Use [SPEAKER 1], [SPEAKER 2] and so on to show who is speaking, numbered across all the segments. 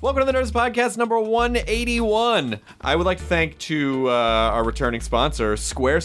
[SPEAKER 1] Welcome to the Nerds Podcast number 181. I would like to thank to uh, our returning sponsor,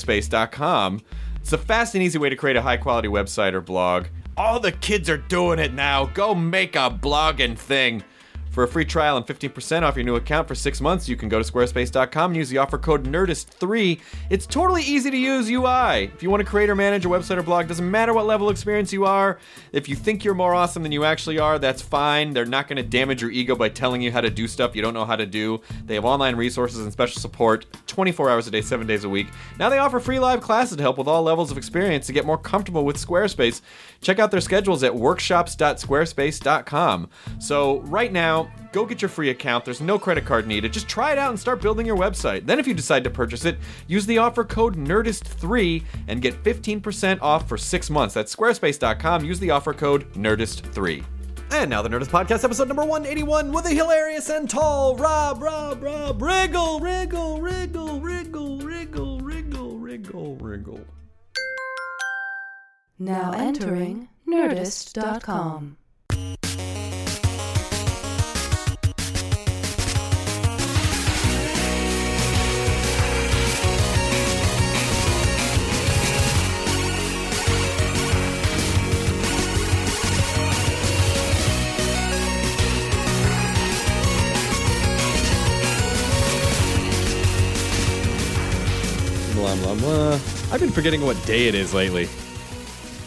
[SPEAKER 1] Squarespace.com. It's a fast and easy way to create a high quality website or blog. All the kids are doing it now. Go make a blogging thing. For a free trial and 15% off your new account for six months, you can go to squarespace.com and use the offer code NERDIST3. It's totally easy to use UI. If you want to create or manage a website or blog, doesn't matter what level of experience you are. If you think you're more awesome than you actually are, that's fine. They're not going to damage your ego by telling you how to do stuff you don't know how to do. They have online resources and special support 24 hours a day, 7 days a week. Now they offer free live classes to help with all levels of experience to get more comfortable with Squarespace. Check out their schedules at workshops.squarespace.com. So, right now, go get your free account. There's no credit card needed. Just try it out and start building your website. Then, if you decide to purchase it, use the offer code NERDIST3 and get 15% off for six months. That's squarespace.com. Use the offer code NERDIST3. And now the Nerdist Podcast, episode number 181, with the hilarious and tall Rob, Rob, Rob, wriggle, wriggle, wriggle, wriggle, wriggle, wriggle, wriggle, wriggle.
[SPEAKER 2] Now entering Nerdist.com.
[SPEAKER 1] Blah, blah, blah. I've been forgetting what day it is lately.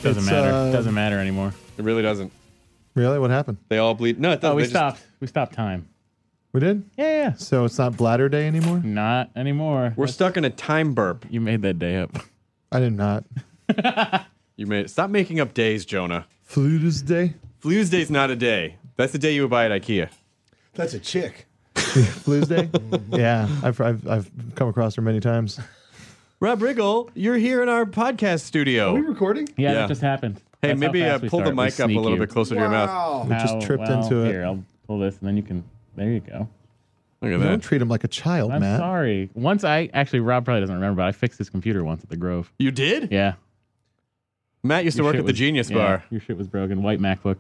[SPEAKER 3] Doesn't
[SPEAKER 4] It's,
[SPEAKER 3] matter.
[SPEAKER 4] uh,
[SPEAKER 3] Doesn't matter anymore.
[SPEAKER 1] It really doesn't.
[SPEAKER 4] Really? What happened?
[SPEAKER 1] They all bleed. No, it doesn't.
[SPEAKER 3] Oh, we
[SPEAKER 1] They just-
[SPEAKER 3] stopped. We stopped time.
[SPEAKER 4] We did?
[SPEAKER 3] Yeah, yeah, yeah.
[SPEAKER 4] So it's not bladder day anymore?
[SPEAKER 3] Not anymore.
[SPEAKER 1] We're stuck in a time burp.
[SPEAKER 3] you made that day up.
[SPEAKER 4] I did not.
[SPEAKER 1] You made it. Stop making up days, Jonah.
[SPEAKER 4] Flutus day?
[SPEAKER 1] Flues Day's not a day. That's the day you would buy at IKEA.
[SPEAKER 5] That's a chick.
[SPEAKER 4] Blues day? yeah. I've, I've, I've come across her many times.
[SPEAKER 1] Rob Riggle, you're here in our podcast studio.
[SPEAKER 5] Are we recording?
[SPEAKER 3] Oh, Yeah,
[SPEAKER 1] Yeah.
[SPEAKER 3] that just happened.
[SPEAKER 1] hey,
[SPEAKER 3] That's how
[SPEAKER 1] maybe uh,
[SPEAKER 3] fast we
[SPEAKER 1] pull the
[SPEAKER 3] start. We
[SPEAKER 1] mic up a
[SPEAKER 3] sneak
[SPEAKER 1] little
[SPEAKER 3] you.
[SPEAKER 1] bit closer to your mouth.
[SPEAKER 5] Wow.
[SPEAKER 4] We just
[SPEAKER 3] How-
[SPEAKER 4] tripped
[SPEAKER 3] well,
[SPEAKER 4] into it.
[SPEAKER 3] Here, I'll pull this, and then you can. There you go.
[SPEAKER 1] Look at
[SPEAKER 4] You don't
[SPEAKER 1] that.
[SPEAKER 4] treat him like a child,
[SPEAKER 3] I'm
[SPEAKER 4] Matt.
[SPEAKER 3] sorry. Once I actually, Rob probably doesn't remember, but I fixed his computer once at the Grove.
[SPEAKER 1] You did?
[SPEAKER 3] Yeah.
[SPEAKER 1] Matt used to
[SPEAKER 3] Your
[SPEAKER 1] work
[SPEAKER 3] shit
[SPEAKER 1] at the
[SPEAKER 3] was-
[SPEAKER 1] Genius
[SPEAKER 3] yeah,
[SPEAKER 1] Bar.
[SPEAKER 3] Your shit was broken. White MacBook.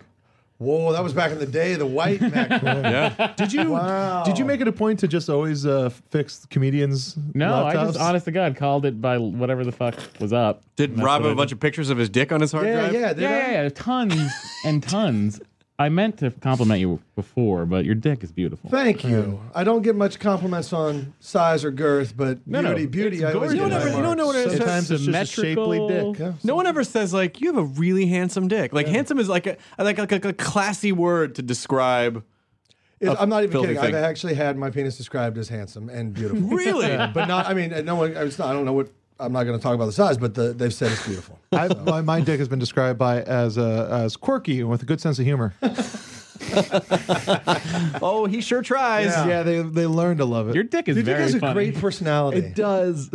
[SPEAKER 5] Whoa, that was back in the day. The white Mac.
[SPEAKER 1] Yeah.
[SPEAKER 4] Did you
[SPEAKER 5] Wow.
[SPEAKER 4] did you make it a point to just always uh, fix comedians?
[SPEAKER 3] No, I
[SPEAKER 4] laptops?
[SPEAKER 3] just honest to God called it by whatever the fuck was up.
[SPEAKER 1] Did Rob have a bunch of pictures of his dick on his hard
[SPEAKER 5] yeah,
[SPEAKER 1] drive?
[SPEAKER 5] yeah, did
[SPEAKER 3] yeah,
[SPEAKER 5] I?
[SPEAKER 3] yeah, yeah, tons and tons. I meant to compliment you before, but your dick is beautiful.
[SPEAKER 5] Thank you. I don't get much compliments on size or girth, but
[SPEAKER 3] no,
[SPEAKER 5] beauty, beauty.
[SPEAKER 3] it's
[SPEAKER 5] I always
[SPEAKER 3] gorgeous.
[SPEAKER 1] You
[SPEAKER 5] get
[SPEAKER 1] don't
[SPEAKER 5] high
[SPEAKER 1] ever- you don't
[SPEAKER 5] marks.
[SPEAKER 1] know what it is.
[SPEAKER 4] Sometimes it's just a shapely
[SPEAKER 3] Symmetrical.
[SPEAKER 4] dick.
[SPEAKER 5] Yeah.
[SPEAKER 1] No one ever says like you have a really handsome dick. Like handsome is like a like like, like a classy word to describe.
[SPEAKER 5] It- I'm not even
[SPEAKER 1] filthy
[SPEAKER 5] kidding.
[SPEAKER 1] thing.
[SPEAKER 5] I've actually had my penis described as handsome and beautiful.
[SPEAKER 1] Really?
[SPEAKER 5] but not. I mean, no one. It's not. I don't know what. I'm not going to talk about the size, but the, they've said it's beautiful.
[SPEAKER 4] I, my, my dick has been described by as uh, as quirky and with a good sense of humor.
[SPEAKER 1] oh, he sure tries.
[SPEAKER 5] Yeah.
[SPEAKER 4] yeah, they they learn to love it.
[SPEAKER 3] Your dick is
[SPEAKER 5] Dude,
[SPEAKER 3] very
[SPEAKER 5] has a
[SPEAKER 3] funny.
[SPEAKER 5] great personality.
[SPEAKER 4] it does.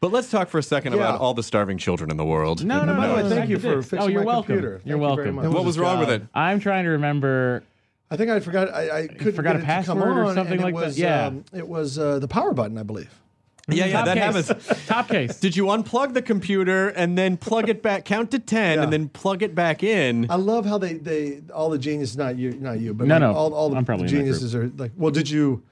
[SPEAKER 1] But let's talk for a second
[SPEAKER 5] Yeah.
[SPEAKER 1] about all the starving children in the world.
[SPEAKER 3] no, no, no.
[SPEAKER 5] by the way,
[SPEAKER 3] no,
[SPEAKER 5] thank
[SPEAKER 3] no,
[SPEAKER 5] you
[SPEAKER 3] no.
[SPEAKER 5] for fixing
[SPEAKER 3] oh, you're
[SPEAKER 5] my
[SPEAKER 3] welcome.
[SPEAKER 5] computer.
[SPEAKER 3] You're
[SPEAKER 5] Thank you very
[SPEAKER 3] welcome.
[SPEAKER 5] much.
[SPEAKER 1] What was wrong with it?
[SPEAKER 3] I'm trying to remember
[SPEAKER 5] I think I forgot. I, I couldn't
[SPEAKER 3] forgot
[SPEAKER 5] get
[SPEAKER 3] a
[SPEAKER 5] it to come
[SPEAKER 3] password or
[SPEAKER 5] on, and
[SPEAKER 3] something
[SPEAKER 5] it
[SPEAKER 3] like that?
[SPEAKER 5] was,
[SPEAKER 3] Yeah.
[SPEAKER 5] um, it was uh, the power button, I believe.
[SPEAKER 1] Yeah, yeah,
[SPEAKER 3] Top
[SPEAKER 1] that
[SPEAKER 3] case.
[SPEAKER 1] happens.
[SPEAKER 3] Top case.
[SPEAKER 1] Did you unplug the computer and then plug it back, count to 10,
[SPEAKER 5] Yeah. Uh,
[SPEAKER 1] and then plug it back in?
[SPEAKER 5] I love how they they all the geniuses not you not you but
[SPEAKER 3] No,
[SPEAKER 5] like,
[SPEAKER 3] no,
[SPEAKER 5] all all the
[SPEAKER 3] I'm probably in that
[SPEAKER 5] geniuses are like well did you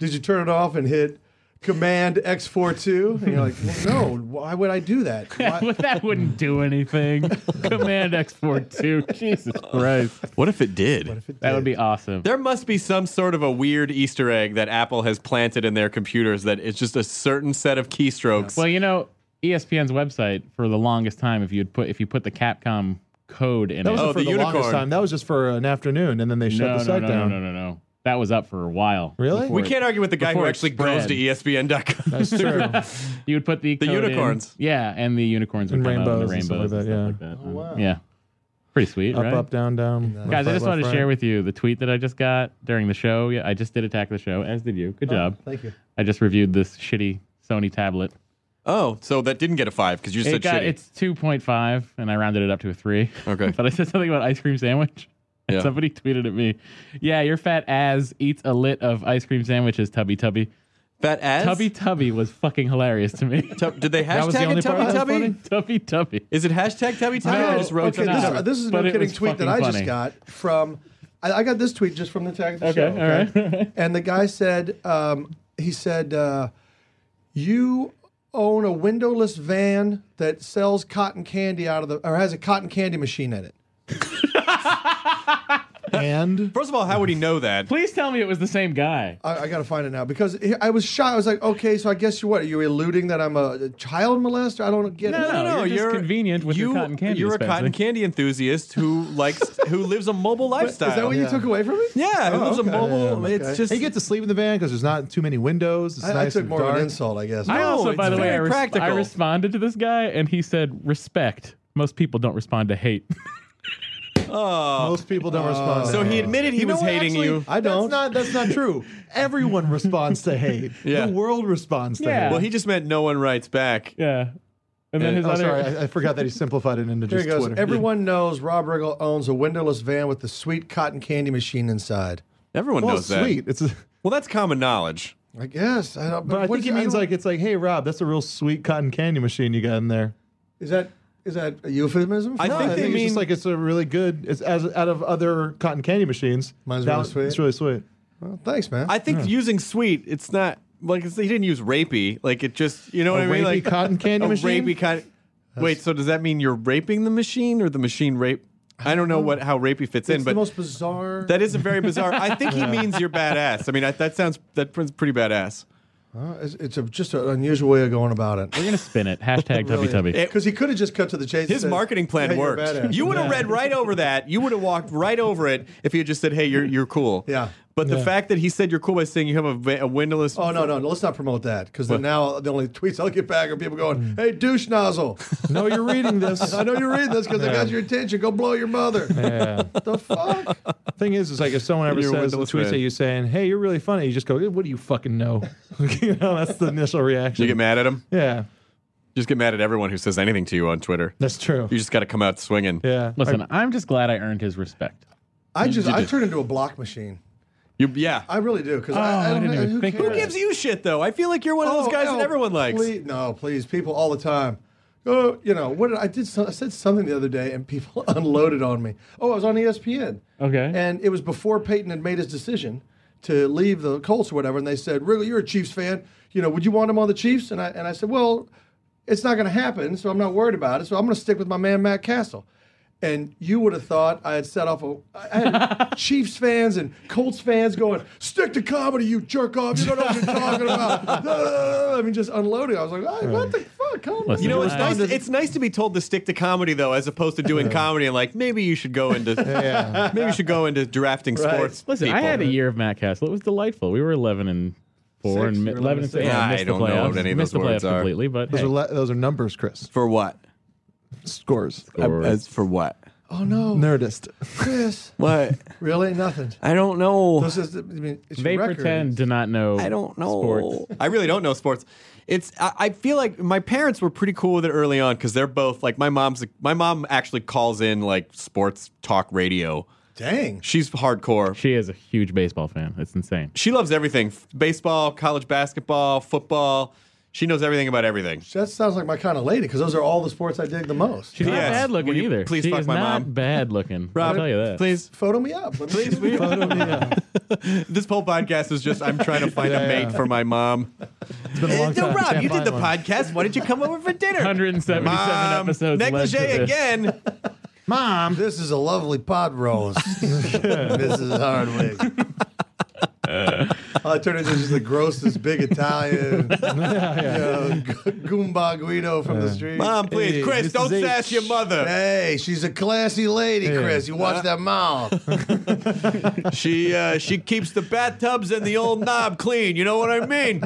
[SPEAKER 5] did you turn it off and hit command X 42 and you're like well, no why would I do that why?
[SPEAKER 3] But that wouldn't do anything. Command export two. Jesus
[SPEAKER 4] Oh,
[SPEAKER 3] Christ.
[SPEAKER 1] What if it did?
[SPEAKER 3] That would be awesome.
[SPEAKER 1] There must be some sort of a weird Easter egg that Apple has planted in their computers that it's just a certain set of keystrokes.
[SPEAKER 3] Well, you know, E ESPN's website for the longest time, if you'd put if you put the Capcom code in
[SPEAKER 4] That
[SPEAKER 3] it,
[SPEAKER 4] was
[SPEAKER 1] Oh,
[SPEAKER 4] for
[SPEAKER 1] the
[SPEAKER 4] the, longest
[SPEAKER 1] unicorn.
[SPEAKER 4] time. That was just for an afternoon, and then they shut
[SPEAKER 3] no,
[SPEAKER 4] the
[SPEAKER 3] no,
[SPEAKER 4] site
[SPEAKER 3] no, no,
[SPEAKER 4] down.
[SPEAKER 3] no, no, no. That was up for a while.
[SPEAKER 4] Really?
[SPEAKER 3] before
[SPEAKER 1] we
[SPEAKER 3] it-
[SPEAKER 1] can't argue with the guy who
[SPEAKER 3] before it
[SPEAKER 1] actually goes
[SPEAKER 3] spread.
[SPEAKER 1] to E ESPN.com.
[SPEAKER 4] That's true.
[SPEAKER 3] You would put the
[SPEAKER 1] The
[SPEAKER 3] code in.
[SPEAKER 1] unicorns. Oh,
[SPEAKER 3] yeah, and the unicorns would
[SPEAKER 4] And
[SPEAKER 3] come out, and the
[SPEAKER 4] rainbows and
[SPEAKER 3] rainbows,
[SPEAKER 4] stuff like that,
[SPEAKER 3] and stuff like that. um, Yeah, pretty sweet,
[SPEAKER 4] up,
[SPEAKER 3] right?
[SPEAKER 4] up, down, down. left,
[SPEAKER 3] Guys, I
[SPEAKER 4] right,
[SPEAKER 3] just wanted to
[SPEAKER 4] left,
[SPEAKER 3] share
[SPEAKER 4] right.
[SPEAKER 3] with you the tweet that I just got during the show. Yeah, I just did attack the show, as did you. Good job.
[SPEAKER 5] thank you
[SPEAKER 3] I just reviewed this shitty Sony tablet.
[SPEAKER 1] oh, so that didn't get a five because you
[SPEAKER 3] It
[SPEAKER 1] said
[SPEAKER 3] got,
[SPEAKER 1] shitty.
[SPEAKER 3] it's two point five, and I rounded it up to a three.
[SPEAKER 1] Okay.
[SPEAKER 3] but I said something about ice cream sandwich. And
[SPEAKER 1] Yeah.
[SPEAKER 3] Somebody tweeted at me, "Yeah, your fat ass eats a lit of ice cream sandwiches, Tubby Tubby."
[SPEAKER 1] Fat ass?
[SPEAKER 3] Tubby Tubby was fucking hilarious to me.
[SPEAKER 1] Tub- did they
[SPEAKER 4] was the
[SPEAKER 1] hashtag
[SPEAKER 4] only
[SPEAKER 1] it
[SPEAKER 4] part
[SPEAKER 1] Tubby
[SPEAKER 4] that was
[SPEAKER 1] Tubby?
[SPEAKER 4] funny?
[SPEAKER 3] tubby Tubby.
[SPEAKER 1] Is it hashtag Tubby Tubby?
[SPEAKER 3] No.
[SPEAKER 1] I just wrote
[SPEAKER 5] okay
[SPEAKER 1] it
[SPEAKER 5] this,
[SPEAKER 1] down.
[SPEAKER 3] out.
[SPEAKER 5] this is no
[SPEAKER 3] But it
[SPEAKER 5] kidding
[SPEAKER 3] was
[SPEAKER 5] tweet that I
[SPEAKER 3] fucking
[SPEAKER 5] just
[SPEAKER 3] funny.
[SPEAKER 5] got from I, I got this tweet just from the tag of the
[SPEAKER 3] Okay,
[SPEAKER 5] show
[SPEAKER 3] all right, all right.
[SPEAKER 5] and the guy said um, he said uh, you own a windowless van that sells cotton candy out of the or has a cotton candy machine in it
[SPEAKER 4] And
[SPEAKER 1] First of all, how would he know that?
[SPEAKER 3] Please tell me it was the same guy.
[SPEAKER 5] I, I got to find it now because he- I was shocked. I was like, okay, so I guess you what? Are you alluding that I'm a, a child molester? I don't get it.
[SPEAKER 3] No, no, you're just convenient with your cotton candy
[SPEAKER 1] You're a
[SPEAKER 3] dispensing.
[SPEAKER 1] cotton candy enthusiast who likes who lives a mobile lifestyle.
[SPEAKER 5] Is that what you took away from it?
[SPEAKER 1] Yeah, who
[SPEAKER 5] Oh,
[SPEAKER 1] lives
[SPEAKER 5] okay.
[SPEAKER 1] a mobile.
[SPEAKER 5] Yeah, okay.
[SPEAKER 1] It's just
[SPEAKER 4] he gets to sleep in the van because there's not too many windows. It's
[SPEAKER 5] I, I
[SPEAKER 4] nice
[SPEAKER 5] took
[SPEAKER 4] and
[SPEAKER 5] more
[SPEAKER 4] dark.
[SPEAKER 5] of an insult, I guess.
[SPEAKER 3] I
[SPEAKER 1] No,
[SPEAKER 3] also, by
[SPEAKER 1] it's
[SPEAKER 3] the way, I,
[SPEAKER 1] very
[SPEAKER 3] res- I
[SPEAKER 1] practical.
[SPEAKER 3] responded to this guy, and he said, "Respect." Most people don't respond to hate.
[SPEAKER 4] Most people don't respond. to
[SPEAKER 1] So he
[SPEAKER 4] hate.
[SPEAKER 1] admitted he
[SPEAKER 4] You know
[SPEAKER 1] was
[SPEAKER 4] what?
[SPEAKER 1] hating
[SPEAKER 4] Actually,
[SPEAKER 1] you.
[SPEAKER 4] I don't. That's not, that's not true. Everyone responds to hate.
[SPEAKER 1] Yeah.
[SPEAKER 4] The world responds to
[SPEAKER 3] Yeah.
[SPEAKER 4] hate.
[SPEAKER 1] well, he just meant no one writes back.
[SPEAKER 3] yeah, and then his
[SPEAKER 4] Oh,
[SPEAKER 3] other.
[SPEAKER 4] sorry, I, I forgot that he simplified it into
[SPEAKER 5] Here
[SPEAKER 4] just
[SPEAKER 5] he goes.
[SPEAKER 4] Twitter.
[SPEAKER 5] Everyone knows Rob Riggle owns a windowless van with the sweet cotton candy machine inside.
[SPEAKER 1] Everyone
[SPEAKER 4] well,
[SPEAKER 1] knows that.
[SPEAKER 4] sweet. It's a,
[SPEAKER 1] Well, that's common knowledge.
[SPEAKER 5] I guess. I don't,
[SPEAKER 4] but I
[SPEAKER 5] what
[SPEAKER 4] think
[SPEAKER 5] is-
[SPEAKER 4] he means
[SPEAKER 5] don't-
[SPEAKER 4] like it's like, hey, Rob, that's a real sweet cotton candy machine you got in there.
[SPEAKER 5] Is that is that a euphemism?
[SPEAKER 1] I
[SPEAKER 5] for
[SPEAKER 4] No,
[SPEAKER 1] think
[SPEAKER 5] it?
[SPEAKER 1] they
[SPEAKER 4] it's
[SPEAKER 1] mean-
[SPEAKER 4] just like it's a really good. It's as out of other cotton candy machines.
[SPEAKER 5] Mine's
[SPEAKER 4] that
[SPEAKER 5] really
[SPEAKER 4] one-
[SPEAKER 5] sweet.
[SPEAKER 4] It's really sweet.
[SPEAKER 5] Well, oh, thanks, man.
[SPEAKER 1] I think using sweet, it's not like it's, he didn't use rapey. Like it just, you know what I mean?
[SPEAKER 4] rapey
[SPEAKER 1] Like
[SPEAKER 4] cotton candy
[SPEAKER 1] a
[SPEAKER 4] machine?
[SPEAKER 1] Rapey kind. Wait, so does that mean you're raping the machine or the machine rape? I don't know what how rapey fits
[SPEAKER 5] it's
[SPEAKER 1] in,
[SPEAKER 5] the
[SPEAKER 1] but
[SPEAKER 5] most bizarre.
[SPEAKER 1] that is a very bizarre. I think he means you're badass. I mean, I, that sounds that sounds pretty badass.
[SPEAKER 5] Uh, it's it's a, just an unusual way of going about it.
[SPEAKER 3] We're gonna spin it. Hashtag Tubby Tubby.
[SPEAKER 1] It-
[SPEAKER 5] Because he could have just cut to the chase. and
[SPEAKER 1] His
[SPEAKER 5] said,
[SPEAKER 1] marketing plan
[SPEAKER 5] "Hey, you're a
[SPEAKER 1] worked.
[SPEAKER 5] badass."
[SPEAKER 1] You would have read right over that. You would have walked right over it if he had just said, "Hey, you're you're cool."
[SPEAKER 5] Yeah.
[SPEAKER 1] But the fact that he said you're cool by saying you have a, va- a windowless.
[SPEAKER 5] Oh no, no, no! Let's not promote that because then now the only tweets I'll get back are people going, "Hey, douche nozzle!
[SPEAKER 4] No, you're reading this.
[SPEAKER 5] I know you're reading this because I got your attention. Go blow your mother."
[SPEAKER 4] Yeah.
[SPEAKER 5] the fuck?
[SPEAKER 4] Thing is, is like if someone ever
[SPEAKER 1] You're a
[SPEAKER 4] says
[SPEAKER 1] windowless
[SPEAKER 4] tweets
[SPEAKER 1] man.
[SPEAKER 4] at you saying, "Hey, you're really funny," you just go, "Eh, "What do you fucking know?" you know, that's the initial reaction.
[SPEAKER 1] You get mad at him.
[SPEAKER 4] Yeah,
[SPEAKER 1] Just get mad at everyone who says anything to you on Twitter.
[SPEAKER 4] that's true.
[SPEAKER 1] You just got to come out swinging.
[SPEAKER 4] Yeah,
[SPEAKER 3] Listen, I'm just glad I earned his respect.
[SPEAKER 5] I just I turn into a block machine.
[SPEAKER 1] You, yeah.
[SPEAKER 5] I really do because
[SPEAKER 3] Oh,
[SPEAKER 5] I,
[SPEAKER 3] I
[SPEAKER 5] don't
[SPEAKER 3] didn't
[SPEAKER 5] know
[SPEAKER 3] even
[SPEAKER 5] who
[SPEAKER 3] think
[SPEAKER 5] cares?
[SPEAKER 3] about
[SPEAKER 1] Who gives you shit though? I feel like you're one of those
[SPEAKER 5] Oh,
[SPEAKER 1] guys
[SPEAKER 5] no,
[SPEAKER 1] that everyone likes.
[SPEAKER 5] please- no, please, people all the time. Oh, you know what? Did I did. So, I said something the other day, and people unloaded on me. Oh, I was on ESPN.
[SPEAKER 3] Okay.
[SPEAKER 5] And it was before Peyton had made his decision to leave the Colts or whatever, and they said, "Wrigley, you're a Chiefs fan. You know, would you want him on the Chiefs?" And I and I said, "Well, it's not going to happen, so I'm not worried about it. So I'm going to stick with my man Matt Castle." And you would have thought I had set off a I had Chiefs fans and Colts fans going, stick to comedy, you jerk off. You don't know what you're talking about. I mean, just unloading. I was like, "Hey, what the fuck? Comedy?
[SPEAKER 3] Listen,
[SPEAKER 1] You know, it's
[SPEAKER 3] I-
[SPEAKER 1] nice. It's nice to be told to stick to comedy though, as opposed to doing comedy and like maybe you should go into maybe you should go into drafting sports.
[SPEAKER 3] Listen, I
[SPEAKER 1] people.
[SPEAKER 3] had a year of Matt Castle. It was six. You were 11 and four
[SPEAKER 5] and
[SPEAKER 3] and
[SPEAKER 5] mi-
[SPEAKER 3] 11 and six.
[SPEAKER 1] Yeah,
[SPEAKER 3] Yeah,
[SPEAKER 1] I
[SPEAKER 3] missed
[SPEAKER 1] don't
[SPEAKER 3] the
[SPEAKER 1] know
[SPEAKER 3] playoffs.
[SPEAKER 1] what any of
[SPEAKER 3] missed
[SPEAKER 1] those
[SPEAKER 3] the
[SPEAKER 1] words
[SPEAKER 3] playoffs
[SPEAKER 1] are.
[SPEAKER 3] completely, but
[SPEAKER 4] those
[SPEAKER 3] hey.
[SPEAKER 4] are le- those are numbers, Chris.
[SPEAKER 1] for what?
[SPEAKER 4] Scores.
[SPEAKER 3] Or-
[SPEAKER 1] As for what?
[SPEAKER 5] Oh, no.
[SPEAKER 4] Nerdist.
[SPEAKER 5] Chris,
[SPEAKER 1] What?
[SPEAKER 5] really? Nothing.
[SPEAKER 1] I don't know.
[SPEAKER 5] This is, I mean, it's
[SPEAKER 3] they
[SPEAKER 5] record.
[SPEAKER 3] pretend to not know.
[SPEAKER 1] I don't know.
[SPEAKER 3] Sports.
[SPEAKER 1] I really don't know sports. It's. I, I feel like my parents were pretty cool with it early on because they're both like my mom's. My mom actually calls in like sports talk radio
[SPEAKER 5] Dang.
[SPEAKER 1] She's hardcore.
[SPEAKER 3] She is a huge baseball fan. It's insane.
[SPEAKER 1] She loves everything: F- baseball, college basketball, football. She knows everything about everything.
[SPEAKER 5] That sounds like my kind of lady because those are all the sports I dig the most.
[SPEAKER 3] She's
[SPEAKER 1] Yes.
[SPEAKER 3] not bad looking
[SPEAKER 1] Will you
[SPEAKER 3] either.
[SPEAKER 1] please
[SPEAKER 3] she
[SPEAKER 1] fuck
[SPEAKER 3] is
[SPEAKER 1] my
[SPEAKER 3] not
[SPEAKER 1] mom?
[SPEAKER 3] bad looking. I'll tell you that.
[SPEAKER 1] Please,
[SPEAKER 5] Photo me up. Let me
[SPEAKER 1] please,
[SPEAKER 5] see.
[SPEAKER 1] photo me This whole podcast is just I'm trying to find a mate for my mom.
[SPEAKER 4] It's been a long time.
[SPEAKER 1] Rob,
[SPEAKER 4] Can't
[SPEAKER 1] you did
[SPEAKER 4] find
[SPEAKER 1] the
[SPEAKER 4] one.
[SPEAKER 1] podcast. Why didn't you come over for dinner?
[SPEAKER 3] 177
[SPEAKER 1] Mom,
[SPEAKER 3] episodes. led
[SPEAKER 1] negligee
[SPEAKER 3] to this.
[SPEAKER 1] again.
[SPEAKER 4] Mom.
[SPEAKER 5] This is a lovely pod roast, Mrs. Hardwick. I turned into just the grossest big Italian, you know, g- Goomba Guido from the street.
[SPEAKER 1] Mom, please,
[SPEAKER 4] Hey,
[SPEAKER 1] Chris,
[SPEAKER 4] this
[SPEAKER 1] don't
[SPEAKER 4] is
[SPEAKER 1] sass
[SPEAKER 4] H.
[SPEAKER 1] your mother.
[SPEAKER 5] Hey, she's a classy lady, Chris. You
[SPEAKER 1] Uh,
[SPEAKER 5] watch that mouth.
[SPEAKER 1] She uh, she keeps the bathtubs and the old knob clean. You know what I mean?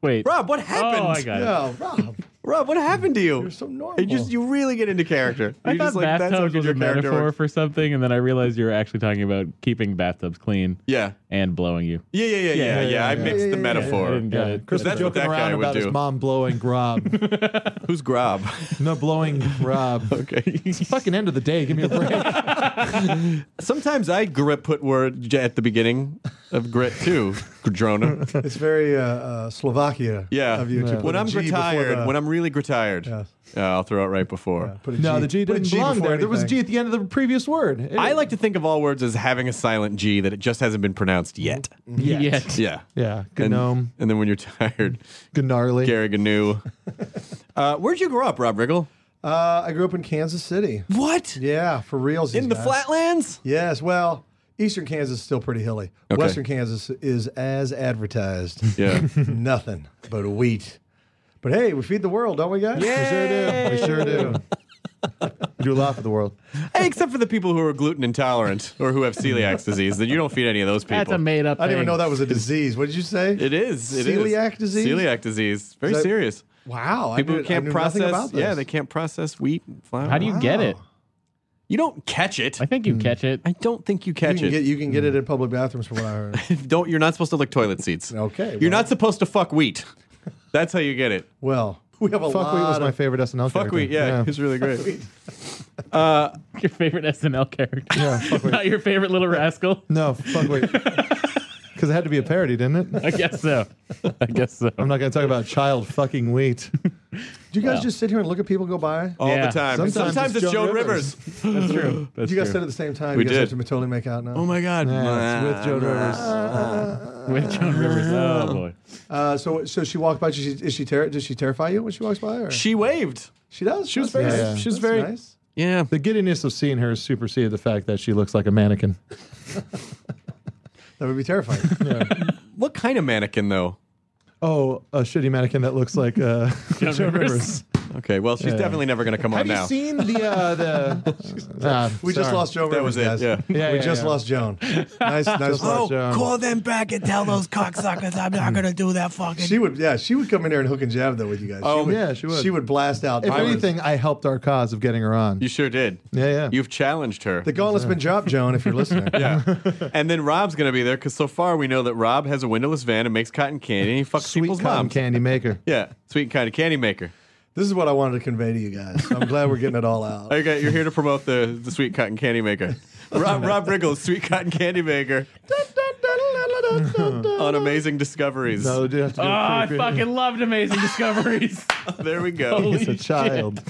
[SPEAKER 3] Wait.
[SPEAKER 1] Rob, what happened?
[SPEAKER 3] Oh, I got it.
[SPEAKER 5] Yeah, Rob,
[SPEAKER 1] Rob, what happened to you? You're
[SPEAKER 5] so normal.
[SPEAKER 1] You just you really get into character.
[SPEAKER 3] I
[SPEAKER 1] You're
[SPEAKER 3] thought
[SPEAKER 1] just like, that's how
[SPEAKER 3] bathtubs
[SPEAKER 1] good
[SPEAKER 3] was
[SPEAKER 1] your
[SPEAKER 3] a
[SPEAKER 1] character
[SPEAKER 3] metaphor
[SPEAKER 1] works.
[SPEAKER 3] for something, and then I realized you were actually talking about keeping bathtubs clean
[SPEAKER 1] Yeah.
[SPEAKER 3] and blowing you.
[SPEAKER 1] Yeah, yeah, yeah, yeah, yeah.
[SPEAKER 3] yeah,
[SPEAKER 1] I
[SPEAKER 3] yeah,
[SPEAKER 1] mixed
[SPEAKER 5] yeah,
[SPEAKER 1] the
[SPEAKER 5] yeah,
[SPEAKER 3] I
[SPEAKER 1] metaphor.
[SPEAKER 3] didn't get it.
[SPEAKER 4] Chris was
[SPEAKER 1] That's what
[SPEAKER 4] joking
[SPEAKER 1] that guy
[SPEAKER 4] around
[SPEAKER 1] would
[SPEAKER 4] about
[SPEAKER 1] do.
[SPEAKER 4] his mom blowing Grob.
[SPEAKER 1] Who's Grob?
[SPEAKER 4] no, blowing Grob.
[SPEAKER 1] okay.
[SPEAKER 4] It's fucking end of the day. Give me a break.
[SPEAKER 1] Sometimes I grit put word j- at the beginning of grit too, Drona.
[SPEAKER 5] it's very uh, uh, Slovakia
[SPEAKER 1] Yeah.
[SPEAKER 5] of you. to put
[SPEAKER 1] When
[SPEAKER 5] a
[SPEAKER 1] I'm
[SPEAKER 5] G before
[SPEAKER 1] retired,
[SPEAKER 5] the-
[SPEAKER 1] when I'm really retired,
[SPEAKER 5] Yes.
[SPEAKER 1] uh, I'll throw it right before.
[SPEAKER 5] put a
[SPEAKER 4] No, the G
[SPEAKER 5] put a
[SPEAKER 4] didn't belong
[SPEAKER 5] before
[SPEAKER 4] there. There was a G
[SPEAKER 5] anything.
[SPEAKER 4] at the end of the previous word. It-
[SPEAKER 1] I like to think of all words as having a silent G that it just hasn't been pronounced yet.
[SPEAKER 3] Yeah.
[SPEAKER 1] Yeah.
[SPEAKER 4] Yeah,
[SPEAKER 1] And,
[SPEAKER 4] gnome,
[SPEAKER 1] and then when you're tired,
[SPEAKER 4] gnarly.
[SPEAKER 1] Gary Gnu. Uh, where'd you grow up, Rob Riggle?
[SPEAKER 5] Uh, I grew up in Kansas City.
[SPEAKER 1] What?
[SPEAKER 5] Yeah, for reals.
[SPEAKER 1] In the
[SPEAKER 5] guys.
[SPEAKER 1] flatlands?
[SPEAKER 5] Yes, well, eastern Kansas is still pretty hilly.
[SPEAKER 1] Okay.
[SPEAKER 5] Western Kansas is as advertised.
[SPEAKER 1] Yeah.
[SPEAKER 5] Nothing but wheat. But hey, we feed the world, don't we, guys?
[SPEAKER 4] We sure do. We sure do. we do a lot for the world.
[SPEAKER 1] Hey, except for the people who are gluten intolerant or who have celiac disease, then you don't feed any of those people.
[SPEAKER 3] That's a made up.
[SPEAKER 5] I didn't even know that was a disease. What did you say?
[SPEAKER 1] It is. it is.
[SPEAKER 5] Celiac disease?
[SPEAKER 1] Celiac disease. Very
[SPEAKER 5] Is that-
[SPEAKER 1] serious.
[SPEAKER 5] Wow.
[SPEAKER 1] People
[SPEAKER 5] I
[SPEAKER 1] who
[SPEAKER 5] knew, I
[SPEAKER 1] can't
[SPEAKER 5] knew
[SPEAKER 1] process.
[SPEAKER 5] nothing about this.
[SPEAKER 1] Yeah, they can't process wheat and flour.
[SPEAKER 3] How do you get it?
[SPEAKER 1] You don't catch it.
[SPEAKER 3] I
[SPEAKER 1] I,
[SPEAKER 3] think you catch it.
[SPEAKER 1] don't think you
[SPEAKER 5] You
[SPEAKER 1] catch
[SPEAKER 5] can,
[SPEAKER 1] it. Mm.
[SPEAKER 5] get, you can get it at public bathrooms from what I heard.
[SPEAKER 1] don't. You're not supposed to lick toilet seats.
[SPEAKER 5] Okay,
[SPEAKER 1] You're
[SPEAKER 5] well.
[SPEAKER 1] not supposed to fuck wheat. That's how you get it.
[SPEAKER 5] Well, we have a
[SPEAKER 4] Fuck
[SPEAKER 5] lot
[SPEAKER 4] wheat was my
[SPEAKER 5] of-
[SPEAKER 4] favorite SNL
[SPEAKER 1] Fuck
[SPEAKER 4] character.
[SPEAKER 1] wheat. Yeah, it's really great.
[SPEAKER 3] Your favorite SNL character.
[SPEAKER 4] Yeah, fuck wheat.
[SPEAKER 3] Not your favorite little rascal.
[SPEAKER 4] No, fuck wheat. Because it had to be a parody, didn't it?
[SPEAKER 3] I guess so. I guess so.
[SPEAKER 4] I'm not going to talk about child fucking wheat.
[SPEAKER 5] Do you guys just sit here and look at people go by?
[SPEAKER 1] All
[SPEAKER 3] Yeah.
[SPEAKER 1] the time. Sometimes, Sometimes it's, Joan Rivers.
[SPEAKER 3] That's true. That's
[SPEAKER 5] you guys sit
[SPEAKER 3] true.
[SPEAKER 5] at the same time.
[SPEAKER 1] We
[SPEAKER 5] you guys
[SPEAKER 1] did.
[SPEAKER 5] have to totally make out now.
[SPEAKER 1] Oh my God.
[SPEAKER 4] Yeah,
[SPEAKER 1] Ah,
[SPEAKER 4] it's with Joan Rivers.
[SPEAKER 3] with Joan Rivers. Oh boy.
[SPEAKER 5] Uh, so, so she walked by. Does she, is she ter- does she terrify you when she walks by? Or?
[SPEAKER 1] She waved.
[SPEAKER 5] She does. She
[SPEAKER 1] was very-
[SPEAKER 4] Yeah. she
[SPEAKER 1] was very-
[SPEAKER 5] nice.
[SPEAKER 1] Yeah.
[SPEAKER 4] The giddiness of seeing her superseded the fact that she looks like a mannequin.
[SPEAKER 5] That would be terrifying.
[SPEAKER 1] What kind of mannequin though?
[SPEAKER 4] Oh, a shitty mannequin that looks like uh, Joan, Rivers.
[SPEAKER 1] Okay. Well, she's definitely never going to come on
[SPEAKER 4] Have
[SPEAKER 1] now.
[SPEAKER 4] you seen the uh, the? Ah,
[SPEAKER 5] we just
[SPEAKER 4] sorry.
[SPEAKER 5] lost Joan.
[SPEAKER 1] that was
[SPEAKER 5] Rivers,
[SPEAKER 1] it.
[SPEAKER 5] guys.
[SPEAKER 1] Yeah.
[SPEAKER 4] Yeah,
[SPEAKER 5] we
[SPEAKER 4] yeah,
[SPEAKER 5] just
[SPEAKER 4] yeah.
[SPEAKER 5] lost Joan. Nice, nice.
[SPEAKER 4] Oh,
[SPEAKER 5] loss.
[SPEAKER 4] Joan.
[SPEAKER 6] Call them back and tell those cocksuckers I'm not gonna do that fucking.
[SPEAKER 5] She would, yeah, she would come in here and hook and jab though with you guys.
[SPEAKER 1] Oh,
[SPEAKER 5] she would,
[SPEAKER 4] yeah, she would.
[SPEAKER 5] She would blast out.
[SPEAKER 4] If
[SPEAKER 5] violence.
[SPEAKER 4] anything, I helped our cause of getting her on.
[SPEAKER 1] You sure did.
[SPEAKER 4] Yeah, yeah.
[SPEAKER 1] You've challenged her.
[SPEAKER 5] the gauntlet's been dropped, Joan. If you're listening,
[SPEAKER 1] Yeah. and then Rob's going to be there because so far we know that Rob has a windowless van and makes cotton candy and he fucks
[SPEAKER 4] Sweet
[SPEAKER 1] people's
[SPEAKER 4] cotton
[SPEAKER 1] moms.
[SPEAKER 4] candy maker.
[SPEAKER 1] Yeah. Sweet kind of candy maker.
[SPEAKER 5] this is what I wanted to convey to you guys. I'm glad we're getting it all out.
[SPEAKER 1] Okay, you're here to promote the, the sweet cotton candy maker. Rob, Rob Riggle's sweet cotton candy maker on Amazing Discoveries.
[SPEAKER 4] No, you have to do
[SPEAKER 3] Oh, I
[SPEAKER 4] it pretty quick.
[SPEAKER 3] fucking loved Amazing Discoveries.
[SPEAKER 1] There we go.
[SPEAKER 3] Holy
[SPEAKER 4] He's a child.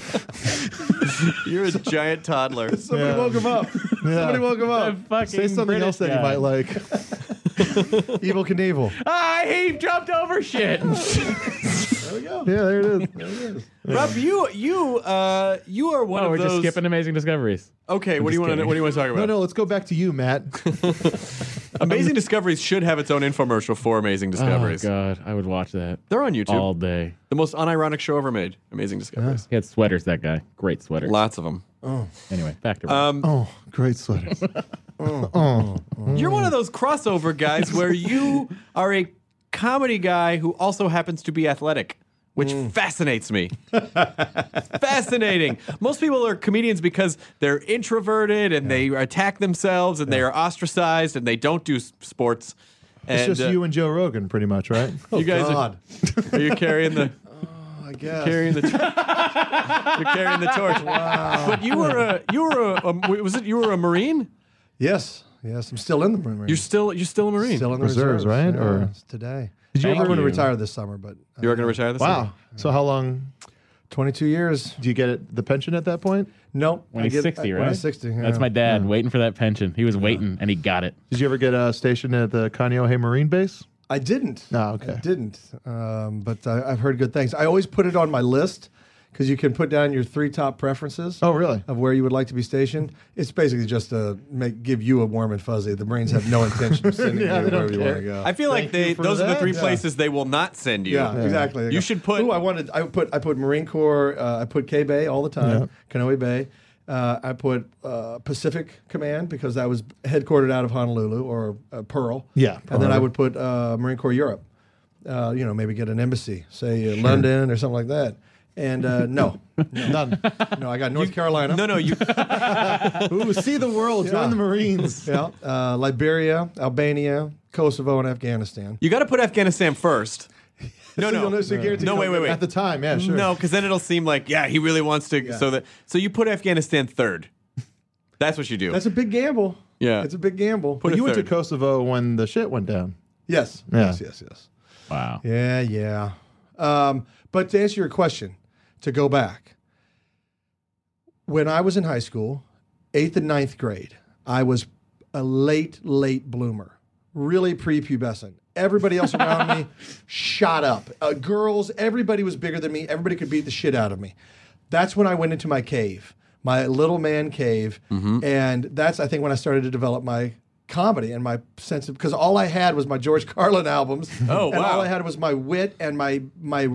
[SPEAKER 1] You're a giant toddler.
[SPEAKER 5] Somebody
[SPEAKER 4] Yeah.
[SPEAKER 5] woke him up. Somebody woke him
[SPEAKER 3] The
[SPEAKER 5] up.
[SPEAKER 3] fucking
[SPEAKER 4] Say something
[SPEAKER 3] British
[SPEAKER 4] else that
[SPEAKER 3] guy.
[SPEAKER 4] you might like.
[SPEAKER 5] Evil Knievel.
[SPEAKER 3] I Ah, he jumped over shit. Oh,
[SPEAKER 5] There we go.
[SPEAKER 4] Yeah, there it is.
[SPEAKER 1] Rob, you you uh you are one
[SPEAKER 3] oh,
[SPEAKER 1] of
[SPEAKER 3] we're
[SPEAKER 1] those.
[SPEAKER 3] just skipping Amazing Discoveries.
[SPEAKER 1] Okay, what do you want to
[SPEAKER 3] kidding.
[SPEAKER 1] what do you want to talk
[SPEAKER 4] No,
[SPEAKER 1] about?
[SPEAKER 4] no, let's go back to you, Matt.
[SPEAKER 1] Amazing Discoveries should have its own infomercial for Amazing Discoveries.
[SPEAKER 3] Oh god, I would watch that
[SPEAKER 1] They're on YouTube.
[SPEAKER 3] all day.
[SPEAKER 1] The most unironic show ever made. Amazing Discoveries.
[SPEAKER 3] He had sweaters. That guy, great sweater.
[SPEAKER 1] Lots of them.
[SPEAKER 3] Anyway, back to
[SPEAKER 4] Oh, great sweaters.
[SPEAKER 3] Mm.
[SPEAKER 1] You're one of those crossover guys where you are a comedy guy who also happens to be athletic, which
[SPEAKER 3] Mm.
[SPEAKER 1] fascinates me. Fascinating. Most people are comedians because they're introverted and they attack themselves and they are ostracized and they don't do s- sports. And
[SPEAKER 4] It's just
[SPEAKER 1] uh,
[SPEAKER 4] you and Joe Rogan, pretty much, right?
[SPEAKER 1] you guys
[SPEAKER 5] Oh, God.
[SPEAKER 1] Are, are you carrying the
[SPEAKER 5] I guess.
[SPEAKER 1] carrying the you're carrying the torch? But you were a you were a, um, was it you were a marine?
[SPEAKER 5] Yes, yes, I'm still in the Marine.
[SPEAKER 7] You're still you're still a Marine.
[SPEAKER 5] still in the
[SPEAKER 4] Reserves,
[SPEAKER 5] reserves,
[SPEAKER 4] right?
[SPEAKER 5] Yeah,
[SPEAKER 4] Or-
[SPEAKER 5] it's today?
[SPEAKER 4] Did you
[SPEAKER 5] I'm
[SPEAKER 3] Thank
[SPEAKER 4] ever?
[SPEAKER 5] going to
[SPEAKER 3] you.
[SPEAKER 5] retire this summer, but uh,
[SPEAKER 7] You're gonna retire this?
[SPEAKER 4] Wow.
[SPEAKER 7] summer?
[SPEAKER 4] So how long
[SPEAKER 5] 22 years.
[SPEAKER 4] do you get it, the pension at that point?
[SPEAKER 5] Nope.
[SPEAKER 3] When
[SPEAKER 5] I
[SPEAKER 3] he's
[SPEAKER 5] get-
[SPEAKER 3] 60,
[SPEAKER 5] I-
[SPEAKER 3] right?
[SPEAKER 5] When I'm 60. Yeah.
[SPEAKER 3] That's my dad waiting for that pension. He was waiting and he got it.
[SPEAKER 4] Did you ever get uh, stationed at the Kaneohe Marine Base?
[SPEAKER 5] I didn't.
[SPEAKER 4] Ah, okay.
[SPEAKER 5] I didn't. Um, but I, I've heard good things. I always put it on my list because you can put down your three top preferences.
[SPEAKER 4] Oh, really?
[SPEAKER 5] Of where you would like to be stationed. It's basically just to make give you a warm and fuzzy. The Marines have no intention of sending
[SPEAKER 4] Yeah,
[SPEAKER 5] you
[SPEAKER 4] they don't
[SPEAKER 5] wherever you want
[SPEAKER 4] care.
[SPEAKER 5] to go.
[SPEAKER 1] I feel like they
[SPEAKER 4] for
[SPEAKER 1] those are the
[SPEAKER 4] that.
[SPEAKER 1] three
[SPEAKER 4] Yeah.
[SPEAKER 1] places they will not send you.
[SPEAKER 5] yeah, exactly.
[SPEAKER 1] You should put-
[SPEAKER 5] Ooh, I wanted. I put. I put Marine Corps. Uh, I put K Bay all the time. Kanoe Bay. Uh, I put uh, Pacific Command because that was headquartered out of Honolulu or uh, Pearl.
[SPEAKER 4] Yeah,
[SPEAKER 5] and then I
[SPEAKER 4] Pearl.
[SPEAKER 5] would put uh, Marine Corps Europe. Uh, you know, maybe get an embassy, say uh, London or something like that. And uh, no,
[SPEAKER 4] None.
[SPEAKER 5] no, I got North Carolina.
[SPEAKER 1] No, no, you
[SPEAKER 4] Ooh, see the world,
[SPEAKER 5] Yeah.
[SPEAKER 4] join the Marines.
[SPEAKER 5] yeah, uh, Liberia, Albania, Kosovo, and Afghanistan.
[SPEAKER 1] you got to put Afghanistan first. No,
[SPEAKER 5] So
[SPEAKER 1] no,
[SPEAKER 5] you'll know- so you're guaranteed
[SPEAKER 1] no. Wait, wait, wait.
[SPEAKER 4] At the time, yeah, sure.
[SPEAKER 1] No, because then it'll seem like yeah, he really wants to. So that so you put Afghanistan third. That's what you do.
[SPEAKER 5] That's a big gamble.
[SPEAKER 1] Yeah.
[SPEAKER 5] it's a big gamble.
[SPEAKER 1] Put
[SPEAKER 4] But
[SPEAKER 1] a
[SPEAKER 4] you went to
[SPEAKER 1] third.
[SPEAKER 4] Kosovo when the shit went down.
[SPEAKER 5] yes,
[SPEAKER 4] Yeah.
[SPEAKER 5] yes, yes, yes.
[SPEAKER 3] Wow.
[SPEAKER 5] Yeah, yeah. Um, but to answer your question, to go back, when I was in high school, eighth and ninth grade, I was a late, late bloomer, really prepubescent. Everybody else around me shot up. Uh, girls, everybody was bigger than me. Everybody could beat the shit out of me. That's when I went into my cave, my little man cave.
[SPEAKER 1] Mm-hmm.
[SPEAKER 5] And that's, I think, when I started to develop my comedy and my sense of, because all I had was my George Carlin albums.
[SPEAKER 1] Oh,
[SPEAKER 5] and
[SPEAKER 1] wow.
[SPEAKER 5] All I had was my wit and my, my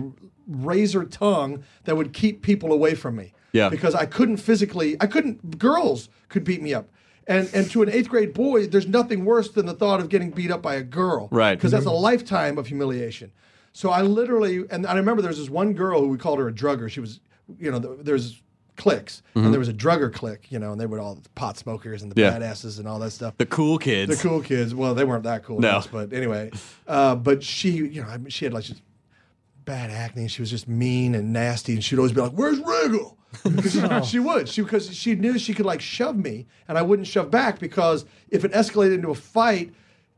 [SPEAKER 5] razor tongue that would keep people away from me
[SPEAKER 1] Yeah.
[SPEAKER 5] because I couldn't physically. I couldn't. Girls could beat me up, and and to an eighth grade boy, there's nothing worse than the thought of getting beat up by a girl,
[SPEAKER 1] Right. Mm-hmm.
[SPEAKER 5] Because that's a lifetime of humiliation. So I literally, and I remember there was this one girl who we called her a drugger. She was, you know, th- there's cliques, and there was a drugger clique, you know, and they were all the pot smokers and the
[SPEAKER 1] Mm-hmm. Yeah.
[SPEAKER 5] badasses and all that stuff.
[SPEAKER 1] the cool kids.
[SPEAKER 5] The cool kids. Well, they weren't that cool.
[SPEAKER 1] No.
[SPEAKER 5] kids, but anyway, uh, but she, you know, I mean, she had like just bad acne. and She was just mean and nasty, and she'd always be like, "Where's Riggle?" 'Cause she, she would. She because she knew she could like shove me, and I wouldn't shove back because if it escalated into a fight,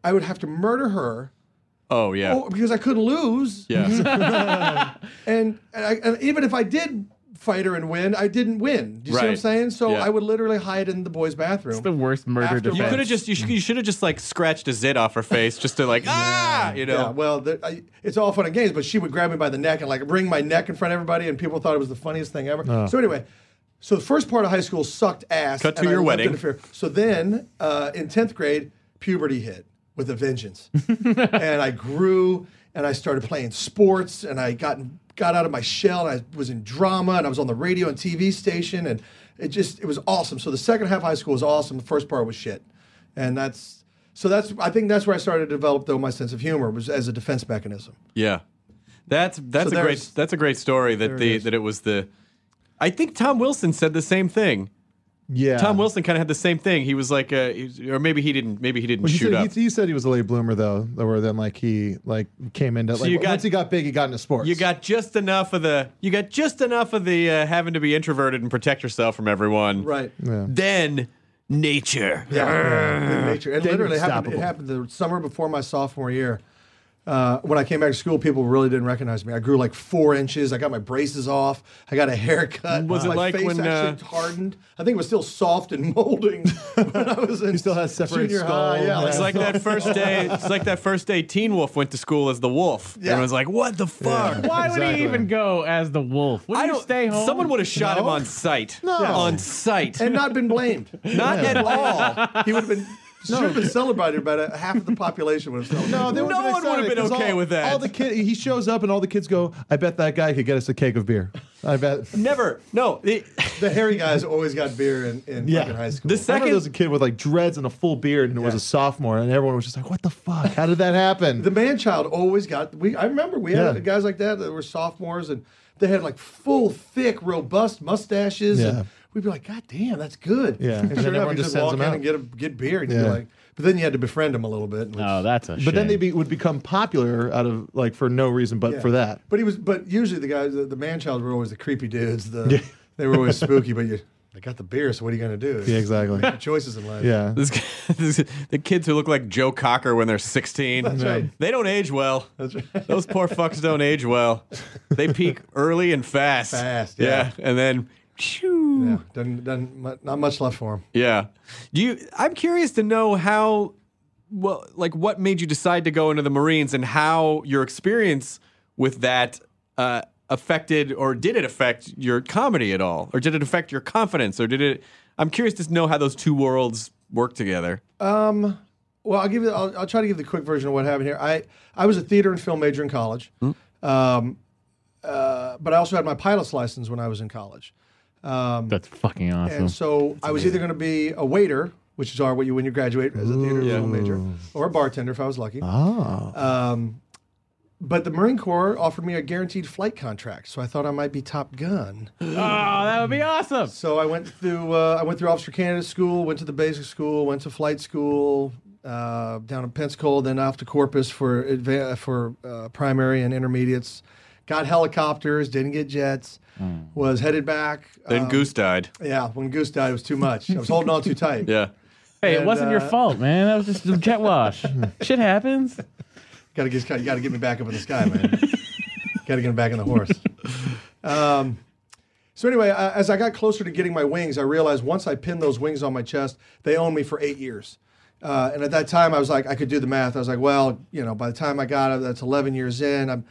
[SPEAKER 5] I would have to murder her.
[SPEAKER 1] oh yeah.
[SPEAKER 5] Oh, because I couldn't lose.
[SPEAKER 1] Yeah.
[SPEAKER 5] And, and, I, and even if I did fight her and win, I didn't win. Do you see what I'm
[SPEAKER 1] Right.
[SPEAKER 5] saying? So
[SPEAKER 1] Yeah.
[SPEAKER 5] I would literally hide in the boys' bathroom.
[SPEAKER 3] It's the worst murder
[SPEAKER 5] After- You
[SPEAKER 1] You
[SPEAKER 3] defense.
[SPEAKER 1] could have just you, sh- you should have just like scratched a zit off her face just to like ah you know
[SPEAKER 5] Yeah, well, the, I, it's all fun and games, but she would grab me by the neck and like wring my neck in front of everybody, and people thought it was the funniest thing ever.
[SPEAKER 1] Oh.
[SPEAKER 5] So anyway, so the first part of high school sucked ass.
[SPEAKER 1] Cut to
[SPEAKER 5] and I
[SPEAKER 1] your
[SPEAKER 5] loved
[SPEAKER 1] wedding.
[SPEAKER 5] interfere- So then, uh, in tenth grade, puberty hit with a vengeance, and I grew, and I started playing sports, and I got got out of my shell, and I was in drama, and I was on the radio and TV station, and it just it was awesome. So the second half of high school was awesome. The first part was shit, and that's. So that's I think that's where I started to develop though my sense of humor was as a defense mechanism.
[SPEAKER 1] Yeah, that's that's
[SPEAKER 5] So
[SPEAKER 1] a great
[SPEAKER 5] there's-
[SPEAKER 1] that's a great story that the that it was the. I think Tom Wilson said the same thing.
[SPEAKER 4] Yeah.
[SPEAKER 1] Tom Wilson kind of had the same thing. He was like, uh, he was- or maybe he didn't. Maybe he didn't
[SPEAKER 4] Well, he
[SPEAKER 1] shoot
[SPEAKER 4] said,
[SPEAKER 1] up.
[SPEAKER 4] He, he said he was a late bloomer though, or then like he like came into like
[SPEAKER 1] you got-
[SPEAKER 4] once he got big, he got into sports.
[SPEAKER 1] you got just enough of the. You got just enough of the uh, having to be introverted and protect yourself from everyone.
[SPEAKER 5] Right.
[SPEAKER 1] Then nature.
[SPEAKER 5] Yeah, in nature. It
[SPEAKER 4] Then
[SPEAKER 5] literally happened. It
[SPEAKER 4] unstoppable.
[SPEAKER 5] happened the summer before my sophomore year. Uh, when I came back to school, people really didn't recognize me. I grew like four inches. I got my braces off. I got a haircut.
[SPEAKER 1] Was it
[SPEAKER 5] my
[SPEAKER 1] like
[SPEAKER 5] face
[SPEAKER 1] when,
[SPEAKER 5] actually
[SPEAKER 1] uh,
[SPEAKER 5] hardened? I think it was still soft and molding when I was in. You
[SPEAKER 4] still had separate
[SPEAKER 5] junior
[SPEAKER 4] skull.
[SPEAKER 5] high. Yeah,
[SPEAKER 4] Yeah.
[SPEAKER 1] It's like that first day. It's like that first day. Teen Wolf went to school as the wolf.
[SPEAKER 5] Yeah.
[SPEAKER 1] Everyone's like, "What the fuck?
[SPEAKER 3] Why would
[SPEAKER 4] Exactly.
[SPEAKER 3] he even go as the wolf? Would
[SPEAKER 1] I
[SPEAKER 3] you
[SPEAKER 1] don't.
[SPEAKER 3] stay home?
[SPEAKER 1] Someone would have shot him on sight. No, on sight.
[SPEAKER 5] and not been blamed.
[SPEAKER 1] Not at all.
[SPEAKER 5] He would have been. Should have been celebrated by the- half of the population would have celebrated.
[SPEAKER 4] No, they
[SPEAKER 1] No
[SPEAKER 4] would've
[SPEAKER 1] one would've
[SPEAKER 4] excited,
[SPEAKER 1] been
[SPEAKER 4] 'cause
[SPEAKER 1] okay
[SPEAKER 4] all-
[SPEAKER 1] with that.
[SPEAKER 4] All the kid, he shows up, and all the kids go, "I bet that guy could get us a cake of beer." I bet.
[SPEAKER 1] Never. No. it-
[SPEAKER 5] the hairy guys always got beer in, in fucking high school.
[SPEAKER 1] The
[SPEAKER 4] I remember
[SPEAKER 1] second
[SPEAKER 4] there was a kid with like dreads and a full beard, and it was
[SPEAKER 5] Yeah.
[SPEAKER 4] a sophomore, and everyone was just like, "What the fuck? How did that happen?"
[SPEAKER 5] the man child always got we I remember we had
[SPEAKER 4] Yeah.
[SPEAKER 5] guys like that that were sophomores and they had like full thick robust mustaches
[SPEAKER 4] Yeah.
[SPEAKER 5] and we'd be like god damn that's good
[SPEAKER 4] Yeah. And
[SPEAKER 5] and,
[SPEAKER 4] then
[SPEAKER 5] sure enough
[SPEAKER 4] everyone
[SPEAKER 5] you
[SPEAKER 4] just
[SPEAKER 5] just
[SPEAKER 4] sends
[SPEAKER 5] walk in
[SPEAKER 4] them out.
[SPEAKER 5] and get a get beer and you'd be
[SPEAKER 4] Yeah.
[SPEAKER 5] like but then you had to befriend them a little bit which-
[SPEAKER 3] Oh, that's a.
[SPEAKER 4] but then they
[SPEAKER 3] shame.
[SPEAKER 4] be, would become popular out of like for no reason but
[SPEAKER 5] yeah.
[SPEAKER 4] for that.
[SPEAKER 5] but he was but usually the guys the, the man child were always the creepy dudes the they were always spooky but you They got the beer, so what are you going to do?
[SPEAKER 4] Yeah, exactly.
[SPEAKER 5] Choices in life.
[SPEAKER 4] yeah.
[SPEAKER 1] This, this, the kids who look like Joe Cocker when they're 16.
[SPEAKER 5] right.
[SPEAKER 1] They don't age well.
[SPEAKER 5] That's right.
[SPEAKER 1] Those poor fucks don't age well. They peak early and fast.
[SPEAKER 5] Fast,
[SPEAKER 1] And then, shoo.
[SPEAKER 5] Yeah, doesn't, doesn't, mu- not much left for him.
[SPEAKER 1] Yeah. Do you I'm curious to know how well like what made you decide to go into the Marines and how your experience with that uh affected or did it affect your comedy at all? Or did it affect your confidence or did it I'm curious to know how those two worlds work together.
[SPEAKER 5] Well, I'll give you. I'll, I'll try to give the quick version of what happened here. I I was a theater and film major in college, um, uh, but I also had my pilot's license when I was in college.
[SPEAKER 3] That's fucking awesome.
[SPEAKER 5] And so I was either going to be a waiter, which is our what you when you graduate as a theater and film major, or a bartender if I was lucky. Oh. Um, but the Marine Corps offered me a guaranteed flight contract, so I thought I might be Top Gun.
[SPEAKER 3] Oh, that would be awesome.
[SPEAKER 5] So I went through uh, I went through Officer Candidate School, went to the basic school, went to flight school uh, down in Pensacola, then off to Corpus for adva- for uh, primary and intermediates. Got helicopters, didn't get jets. Was headed back.
[SPEAKER 1] Then
[SPEAKER 5] um,
[SPEAKER 1] Goose died.
[SPEAKER 5] Yeah, when Goose died, it was too much. I was holding on too tight.
[SPEAKER 1] Yeah.
[SPEAKER 3] Hey, it
[SPEAKER 5] And,
[SPEAKER 3] wasn't your
[SPEAKER 5] uh,
[SPEAKER 3] fault, man. That was just a jet wash. Shit happens.
[SPEAKER 5] Got to get got to get me back up in the sky, man. got to get him back on the horse. Um, so anyway, I, as I got closer to getting my wings, I realized once I pinned those wings on my chest, they owned me for eight years. Uh, and at that time, I was like, I could do the math. I was like, well, you know, by the time I got it, that's eleven years in. I'm,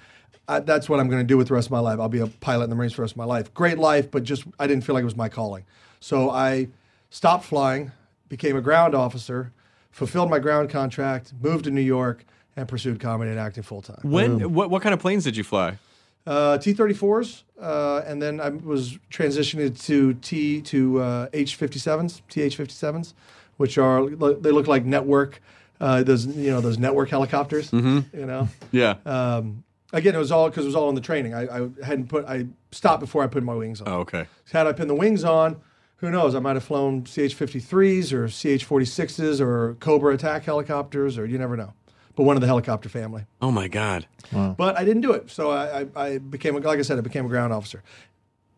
[SPEAKER 5] I, that's what I'm going to do with the rest of my life. I'll be a pilot in the Marines for the rest of my life. Great life, but just I didn't feel like it was my calling. So I stopped flying, became a ground officer, fulfilled my ground contract, moved to New York, and pursued comedy and acting full time
[SPEAKER 1] When what what kind of planes did you fly?
[SPEAKER 5] uh, T34s, uh, and then I was transitioned to T to uh, H57s, TH57s, which are they look like network uh, those you know those network helicopters. You know,
[SPEAKER 1] Yeah.
[SPEAKER 5] um, again, it was all because it was all in the training. I, I hadn't put I stopped before I put my wings on.
[SPEAKER 1] oh, okay.
[SPEAKER 5] Had I pinned the wings on, who knows? I might have flown CH-53s or CH-46s or Cobra attack helicopters, or you never know. But one of the helicopter family
[SPEAKER 1] Oh my god.
[SPEAKER 5] but I didn't do it. So I, I, I became, a, like I said, I became a ground officer.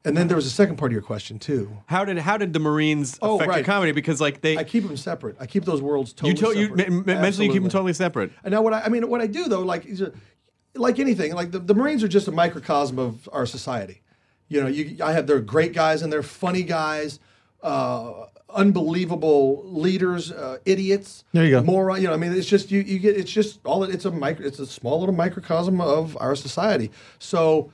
[SPEAKER 5] And then there was a second part of your question too.
[SPEAKER 1] How did how did the Marines
[SPEAKER 5] Oh,
[SPEAKER 1] affect your
[SPEAKER 5] right.
[SPEAKER 1] comedy because like they
[SPEAKER 5] I keep them separate. I keep those worlds totally
[SPEAKER 1] you to, you
[SPEAKER 5] separate.
[SPEAKER 1] m- m- mentally you keep them
[SPEAKER 5] Absolutely.
[SPEAKER 1] totally separate.
[SPEAKER 5] And now what I, I mean, what I do though, like, is a, like anything, like the, the Marines are just a microcosm of our society. You know, you, I have their great guys and they're funny guys, uh, unbelievable leaders, uh, idiots.
[SPEAKER 4] There you go.
[SPEAKER 5] Moron. You know, I mean, it's just you. You get. It's just all. It's a micro. It's a small little microcosm of our society. So.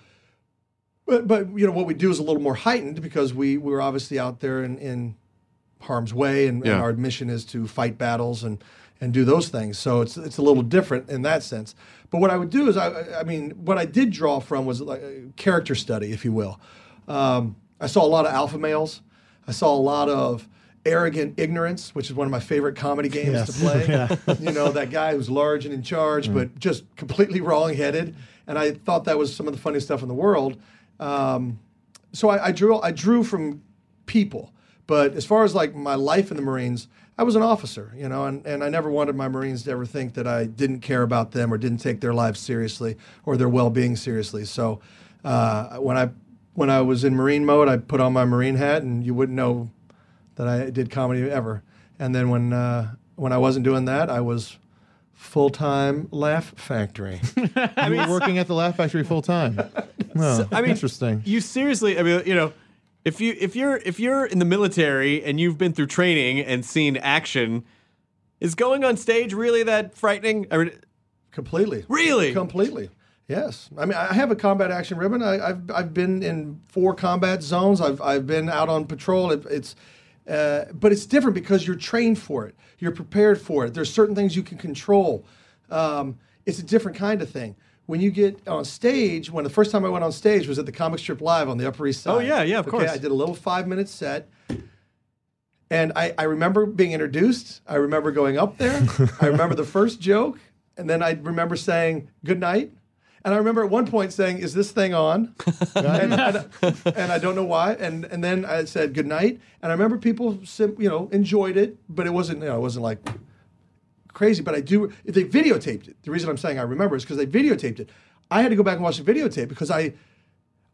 [SPEAKER 5] But, but you know what we do is a little more heightened because we we're obviously out there in, in harm's way, and,
[SPEAKER 1] Yeah.
[SPEAKER 5] and our mission is to fight battles and and do those things. So it's it's a little different in that sense. But what I would do is I I mean what I did draw from was like a character study, if you will. Um, I saw a lot of alpha males. I saw a lot of arrogant ignorance, which is one of my favorite comedy games to play. you know that guy who's large and in charge, but just completely wrong-headed. And I thought that was some of the funniest stuff in the world. Um, so I, I drew I drew from people. But as far as like my life in the Marines, I was an officer, you know, and, and I never wanted my Marines to ever think that I didn't care about them or didn't take their lives seriously or their well being seriously. So uh, when I when I was in Marine mode, I put on my Marine hat, and you wouldn't know that I did comedy ever. And then when uh, when I wasn't doing that, I was full time Laugh Factory.
[SPEAKER 4] I mean, working at the Laugh Factory full time. Well,
[SPEAKER 1] I mean,
[SPEAKER 4] interesting.
[SPEAKER 1] You seriously, I mean, you know, if you if you're if you're in the military and you've been through training and seen action, is going on stage really that frightening? I mean,
[SPEAKER 5] Completely.
[SPEAKER 1] Really?
[SPEAKER 5] Completely. Yes. I mean, I have a combat action ribbon. I, I've I've been in four combat zones. I've I've been out on patrol. It, it's. Uh, but it's different because you're trained for it. You're prepared for it. There's certain things you can control. Um, it's a different kind of thing. When you get on stage, when the first time I went on stage was at the Comic Strip Live on the Upper East Side.
[SPEAKER 1] Oh, yeah, yeah, of
[SPEAKER 5] okay,
[SPEAKER 1] course.
[SPEAKER 5] I did a little five minute set. And I, I remember being introduced. I remember going up there. I remember the first joke. And then I remember saying, good night. And I remember at one point saying, is this thing on? and, and, and I don't know why. And and then I said good night. And I remember people, sim- you know, enjoyed it, but it wasn't, you know, it wasn't like crazy. But I do, they videotaped it. The reason I'm saying I remember is because they videotaped it. I had to go back and watch the videotape because I,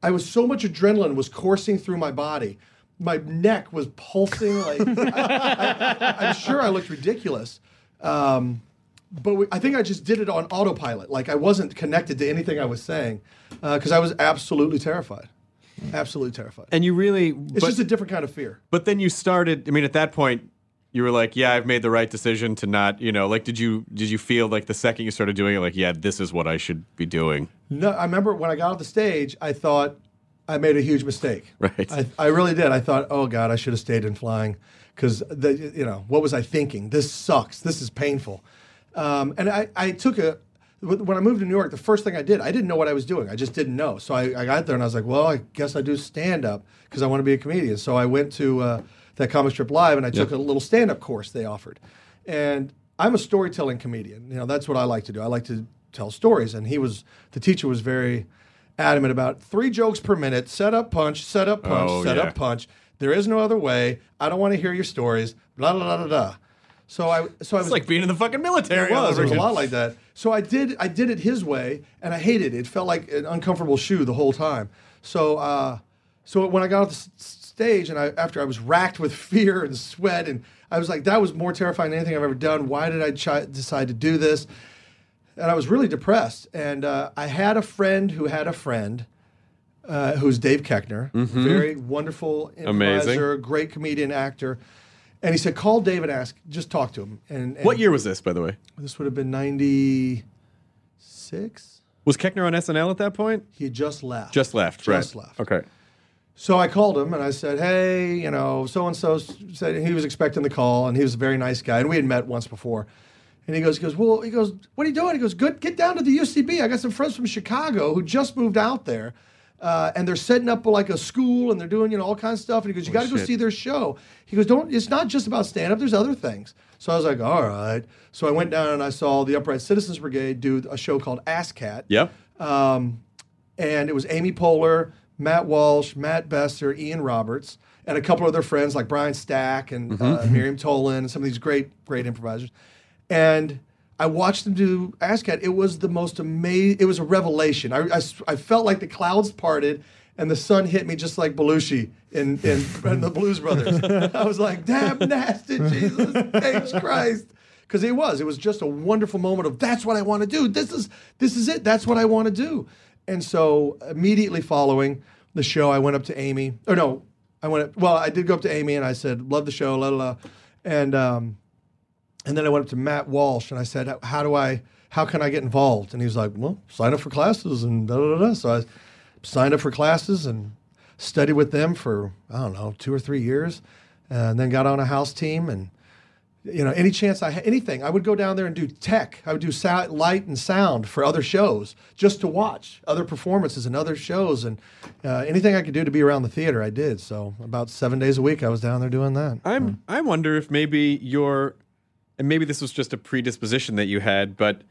[SPEAKER 5] I was so much adrenaline was coursing through my body my neck was pulsing. Like I, am sure I looked ridiculous. Um, but we, I think I just did it on autopilot. Like I wasn't connected to anything I was saying because I was absolutely terrified. Absolutely terrified.
[SPEAKER 1] And you really,
[SPEAKER 5] it's
[SPEAKER 1] but,
[SPEAKER 5] just a different kind of fear.
[SPEAKER 1] but then you started. I mean, at that point, you were like, "Yeah, I've made the right decision to not." You know, like, did you did you feel like the second you started doing it, like, "Yeah, this is what I should be doing"?
[SPEAKER 5] No, I remember when I got off the stage, I thought I made a huge mistake.
[SPEAKER 1] Right.
[SPEAKER 5] I, I really did. I thought, oh God, I should have stayed in flying because you know what was I thinking? This sucks. This is painful. Um, and I, I took a when I moved to New York, the first thing I did, I didn't know what I was doing. I just didn't know. So I, I got there and I was like, well, I guess I do stand up because I want to be a comedian. So I went to uh, that comic strip live and I took a little stand up course they offered. And I'm a storytelling comedian. You know, that's what I like to do. I like to tell stories. And he was, the teacher was very adamant about three jokes per minute, set up punch, set up punch,
[SPEAKER 1] Oh,
[SPEAKER 5] set
[SPEAKER 1] yeah.
[SPEAKER 5] up punch. There is no other way. I don't want to hear your stories. Blah blah blah blah. blah. So I so I was
[SPEAKER 1] It's like being in the fucking military.
[SPEAKER 5] it
[SPEAKER 1] all
[SPEAKER 5] was.
[SPEAKER 1] over
[SPEAKER 5] It was a
[SPEAKER 1] again.
[SPEAKER 5] lot like that. So I did. I did it his way, and I hated it. It felt like an uncomfortable shoe the whole time. So, uh, so when I got off the s- stage, and I after I was racked with fear and sweat, and I was like, that was more terrifying than anything I've ever done. Why did I chi- decide to do this? And I was really depressed. And uh, I had a friend who had a friend. Uh, who's Dave Keckner, very wonderful
[SPEAKER 1] Mm-hmm. Amazing.
[SPEAKER 5] improviser, great comedian, actor. And he said, call Dave and ask, just talk to him. And, and
[SPEAKER 1] What year was this, by the way?
[SPEAKER 5] this would have been 96.
[SPEAKER 1] Was Keckner on SNL at that point?
[SPEAKER 5] He had just left.
[SPEAKER 1] Just left.
[SPEAKER 5] Just
[SPEAKER 1] right.
[SPEAKER 5] left.
[SPEAKER 1] Okay.
[SPEAKER 5] So I called him and I said, hey, you know, so and so said he was expecting the call and he was a very nice guy. And we had met once before. And he goes, he goes, well, he goes, what are you doing? He goes, good, get down to the UCB. I got some friends from Chicago who just moved out there. Uh, and they're setting up like a school and they're doing, you know, all kinds of stuff. And he goes, you got to go
[SPEAKER 1] shit.
[SPEAKER 5] see their show. He goes, don't, it's not just about stand up, there's other things. So I was like, all right. So I went down and I saw the Upright Citizens Brigade do a show called Ass Cat.
[SPEAKER 1] Yep.
[SPEAKER 5] Um, and it was Amy Poehler, Matt Walsh, Matt Besser, Ian Roberts, and a couple of their friends like Brian Stack and uh, Miriam Tolan and some of these great, great improvisers. And I watched them do ASCAT. It was the most amazing, it was a revelation. I, I s- I felt like the clouds parted and the sun hit me just like Belushi in, in, in the Blues Brothers. I was like, damn nasty, Jesus, thanks Christ because it was it was just a wonderful moment of that's what i want to do this is this is it that's what i want to do and so immediately following the show i went up to amy or no i went up, well i did go up to amy and i said love the show la la la and um and then i went up to matt walsh and i said how do i how can i get involved and he was like well sign up for classes and da da da, da. so i signed up for classes and studied with them for i don't know two or three years and then got on a house team and you know, any chance I had anything, I would go down there and do tech. I would do sou- light and sound for other shows just to watch other performances and other shows and uh, anything I could do to be around the theater, I did. So about seven days a week, I was down there doing that.
[SPEAKER 1] I'm. I wonder if maybe your, and maybe this was just a predisposition that you had, but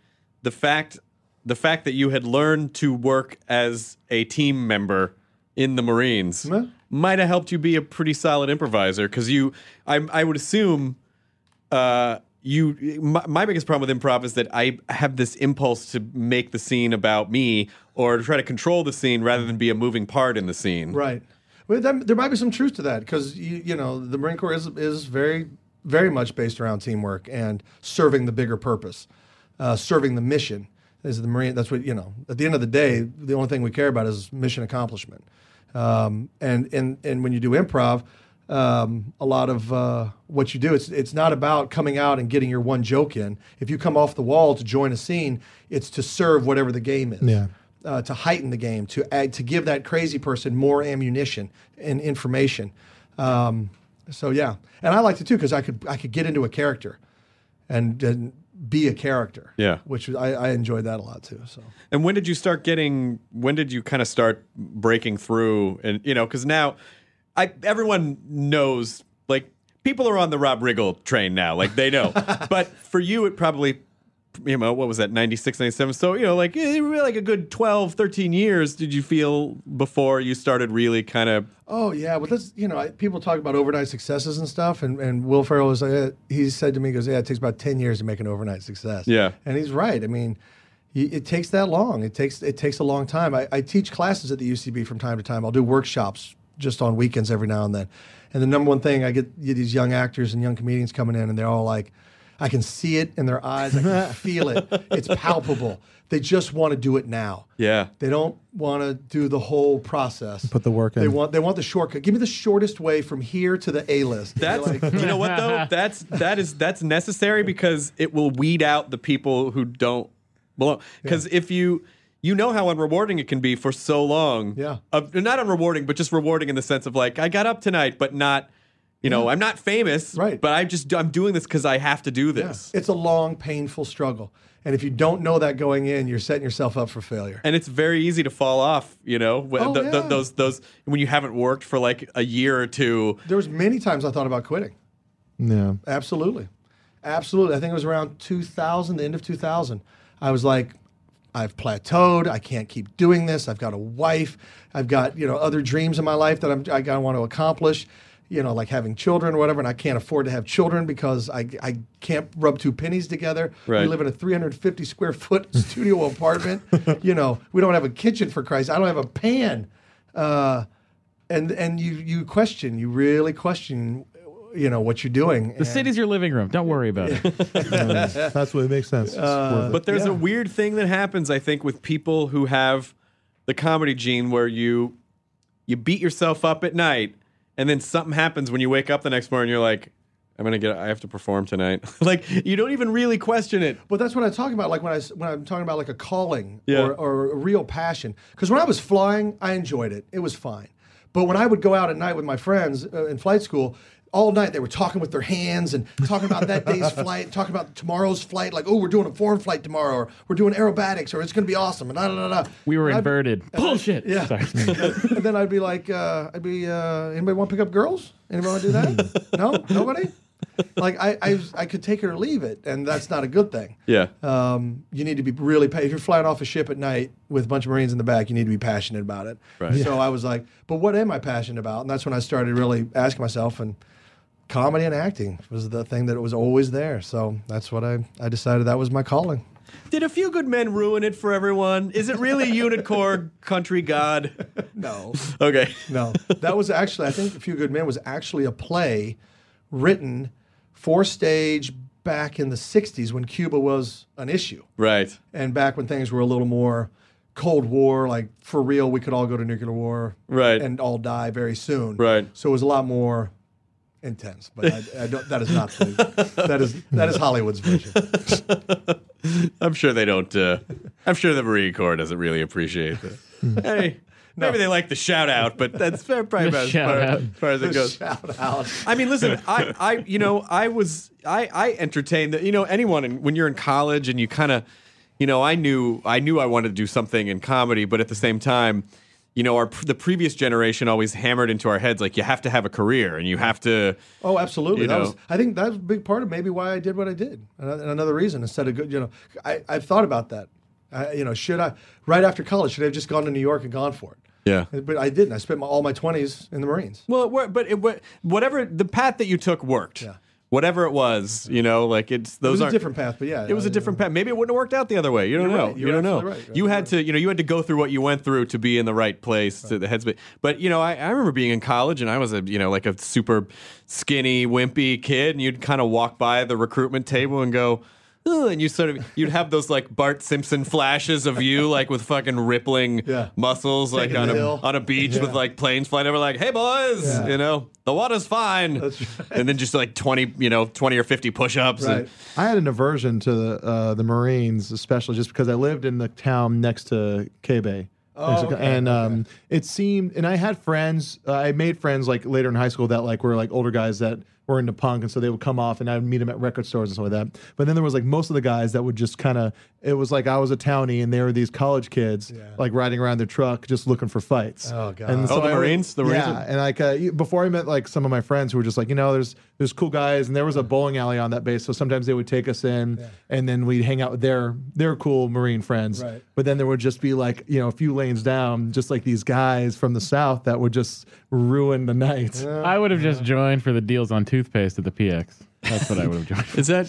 [SPEAKER 1] the fact, the fact that you had learned to work as a team member in the Marines
[SPEAKER 5] Mhm.
[SPEAKER 1] might have helped you be a pretty solid improviser because you. I. I would assume. Uh, you my, my biggest problem with improv is that I have this impulse to make the scene about me or to try to control the scene rather than be a moving part in the scene.
[SPEAKER 5] Right. Well, that, there might be some truth to that because you, you know the Marine Corps is is very very much based around teamwork and serving the bigger purpose, uh, serving the mission. Is the Marine? That's what you know. At the end of the day, the only thing we care about is mission accomplishment. Um, and and and when you do improv, um, a lot of uh, what you do, it's it's not about coming out and getting your one joke in. If you come off the wall to join a scene, it's to serve whatever the game is
[SPEAKER 4] Yeah.
[SPEAKER 5] uh, to heighten the game, to add, to give that crazy person more ammunition and information. Um, so yeah, and I liked it too because I could I could get into a character, and, and be a character.
[SPEAKER 1] Yeah.
[SPEAKER 5] which was- I, I enjoyed that a lot too. So
[SPEAKER 1] And when did you start getting? When did you kind of start breaking through? And you know, because now, I everyone knows like people are on the Rob Riggle train now. Like they know. but for you, it probably. You know, what was that, 96, 97? So, you know, like, eh, like a good 12, 13 years did you feel before you started really kind of.
[SPEAKER 5] oh yeah, but that's you know I, people talk about overnight successes and stuff, and, and Will Ferrell was like eh, he said to me he goes yeah it takes about ten years to make an overnight success.
[SPEAKER 1] Yeah.
[SPEAKER 5] and he's right. I mean. y- It takes that long. It takes it takes a long time. I, I teach classes at the UCB from time to time. I'll do workshops just on weekends every now and then. And the number one thing I get get these young actors and young comedians coming in, and they're all like, I can see it in their eyes, I can feel it, it's palpable. They just want to do it now.
[SPEAKER 1] Yeah.
[SPEAKER 5] They don't want to do the whole process.
[SPEAKER 4] Put the work
[SPEAKER 5] They
[SPEAKER 4] in.
[SPEAKER 5] want they want the shortcut. Give me the shortest way from here to the A list.
[SPEAKER 1] That's you know what though. That's that is that's necessary because it will weed out the people who don't belong. Because if you you know how unrewarding it can be for so long.
[SPEAKER 5] Yeah.
[SPEAKER 1] Of, not unrewarding, but just rewarding in the sense of like I got up tonight, but not. You know, I'm not famous,
[SPEAKER 5] Right.
[SPEAKER 1] But I just I'm doing this because I have to do this,
[SPEAKER 5] It's a long, painful struggle. And if you don't know that going in, you're setting yourself up for failure.
[SPEAKER 1] and it's very easy to fall off. You know, when
[SPEAKER 5] Oh,
[SPEAKER 1] th- th-
[SPEAKER 5] yeah.
[SPEAKER 1] those those when you haven't worked for like a year or two.
[SPEAKER 5] There was many times I thought about quitting.
[SPEAKER 4] Yeah.
[SPEAKER 5] Absolutely. Absolutely. I think it was around 2000, the end of 2000. I was like, I've plateaued. I can't keep doing this. I've got a wife. I've got, you know, other dreams in my life that I'm, I, got- I want to accomplish, you know, like having children or whatever. And I can't afford to have children because I, I can't rub two pennies together.
[SPEAKER 1] Right.
[SPEAKER 5] We live in a 350 square foot studio apartment. You know, we don't have a kitchen for Christ. I don't have a pan. Uh, and, and you, you question, you really question, you know, what you're doing.
[SPEAKER 3] The city's your living room. Don't worry about it.
[SPEAKER 4] That's what it makes sense. It's worth it.
[SPEAKER 1] But there's a weird thing that happens, I think, with people who have the comedy gene where you you beat yourself up at night and then something happens when you wake up the next morning you're like, I'm gonna get I have to perform tonight. like you don't even really question it.
[SPEAKER 5] But that's what I'm talking about. Like when I s- when I'm talking about like a calling
[SPEAKER 1] Yeah.
[SPEAKER 5] or, or a real passion. Because when I was flying, I enjoyed it. It was fine. But when I would go out at night with my friends uh, in flight school, all night they were talking with their hands and talking about that day's flight, talking about tomorrow's flight. Like, oh, we're doing a foreign flight tomorrow, or we're doing aerobatics, or it's going to be awesome. And da da da. da.
[SPEAKER 3] We were
[SPEAKER 5] And I'd-
[SPEAKER 3] inverted. Bullshit.
[SPEAKER 5] yeah.
[SPEAKER 3] Sorry.
[SPEAKER 5] and then I'd be like, uh, I'd be, uh, anybody want to pick up girls? Anybody want to do that? no, nobody. Like I, I, I could take it or leave it, and that's not a good thing.
[SPEAKER 1] Yeah.
[SPEAKER 5] Um, you need to be really pa- if you're flying off a ship at night with a bunch of Marines in the back, you need to be passionate about it.
[SPEAKER 1] Right.
[SPEAKER 5] So I was like, but what am I passionate about? And that's when I started really asking myself and comedy and acting was the thing that was always there. So that's what I, I decided that was my calling.
[SPEAKER 1] Did a few good men ruin it for everyone? Is it really unicorn country god?
[SPEAKER 5] No.
[SPEAKER 1] Okay.
[SPEAKER 5] No, that was actually I think A Few Good Men was actually a play written for stage back in the '60s when Cuba was an issue,
[SPEAKER 1] Right.
[SPEAKER 5] and back when things were a little more Cold War, like for real, we could all go to nuclear war,
[SPEAKER 1] Right.
[SPEAKER 5] and all die very soon,
[SPEAKER 1] Right.
[SPEAKER 5] So it was a lot more intense, but I, I don't, that is not the, that is that is Hollywood's vision.
[SPEAKER 1] I'm sure they don't uh, I'm sure the Marine Corps doesn't really appreciate that. hey. Maybe they like the shout out, but that's probably about as far,
[SPEAKER 3] shout-out.
[SPEAKER 1] as far as it goes.
[SPEAKER 5] Shout out.
[SPEAKER 1] I mean, listen, I, I, you know, I was, I, I entertained that, you know, anyone in, when you're in college and you kind of, you know, I knew, I knew I wanted to do something in comedy, but at the same time, you know, our the previous generation always hammered into our heads like you have to have a career and you have to,
[SPEAKER 5] Oh, absolutely.
[SPEAKER 1] You
[SPEAKER 5] That
[SPEAKER 1] know?
[SPEAKER 5] was, I think that was a big part of maybe why I did what I did. And and another reason, instead of, go- you know, I, I've thought about that. I, you know, should I, right after college, should I have just gone to New York and gone for it?
[SPEAKER 1] yeah.
[SPEAKER 5] But I didn't. I spent my, all my 20s in the Marines.
[SPEAKER 1] Well, it wor- but it, wor- whatever the path that you took worked. Whatever it was, you know, like it's those
[SPEAKER 5] It was
[SPEAKER 1] aren't-
[SPEAKER 5] a different path, but yeah.
[SPEAKER 1] It was a
[SPEAKER 5] you know.
[SPEAKER 1] different path. Maybe it wouldn't have worked out the other way. You don't
[SPEAKER 5] You're
[SPEAKER 1] know.
[SPEAKER 5] right.
[SPEAKER 1] You
[SPEAKER 5] You're
[SPEAKER 1] don't know.
[SPEAKER 5] absolutely right. You're
[SPEAKER 1] You had to, you know, you had to go through what you went through to be in the right place, to the headspace. But you know, I, I remember being in college, and I was a, you know, like a super skinny, wimpy kid, and you'd kind of walk by the recruitment table and go. "Ugh," And you sort of you'd have those like Bart Simpson flashes of you like with fucking rippling
[SPEAKER 5] Yeah.
[SPEAKER 1] muscles like
[SPEAKER 5] Taking
[SPEAKER 1] on
[SPEAKER 5] the
[SPEAKER 1] a,
[SPEAKER 5] hill.
[SPEAKER 1] on a beach with
[SPEAKER 5] Yeah.
[SPEAKER 1] like planes flying over like hey boys
[SPEAKER 5] Yeah.
[SPEAKER 1] you know the water's fine
[SPEAKER 5] That's right.
[SPEAKER 1] and then just like twenty you know twenty or fifty push ups
[SPEAKER 5] Right.
[SPEAKER 1] and
[SPEAKER 4] I had an aversion to the uh, the Marines, especially just because I lived in the town next to K Bay.
[SPEAKER 5] Oh, okay,
[SPEAKER 4] and um, it seemed, and I had friends. Uh, I made friends like later in high school that like were like older guys that were into punk, and so they would come off, and I would meet them at record stores and stuff like that. But then there was like most of the guys that would just kind of. It was like I was a townie, and they were these college kids like riding around their truck just looking for fights.
[SPEAKER 5] Oh, God.
[SPEAKER 4] And
[SPEAKER 1] Oh, the
[SPEAKER 4] I would-
[SPEAKER 1] Marines? The Marines
[SPEAKER 4] yeah,
[SPEAKER 1] are-
[SPEAKER 4] and like uh, you- before I met like some of my friends who were just like, you know, there's there's cool guys, and there was a bowling alley on that base, so sometimes they would take us in, and then we'd hang out with their their cool Marine friends.
[SPEAKER 5] Right.
[SPEAKER 4] But then there would just be like you know a few lanes down, just like these guys from the south that would just ruin the night.
[SPEAKER 3] I would have just joined for the deals on toothpaste at the PX. That's what I would have joined.
[SPEAKER 1] Is that?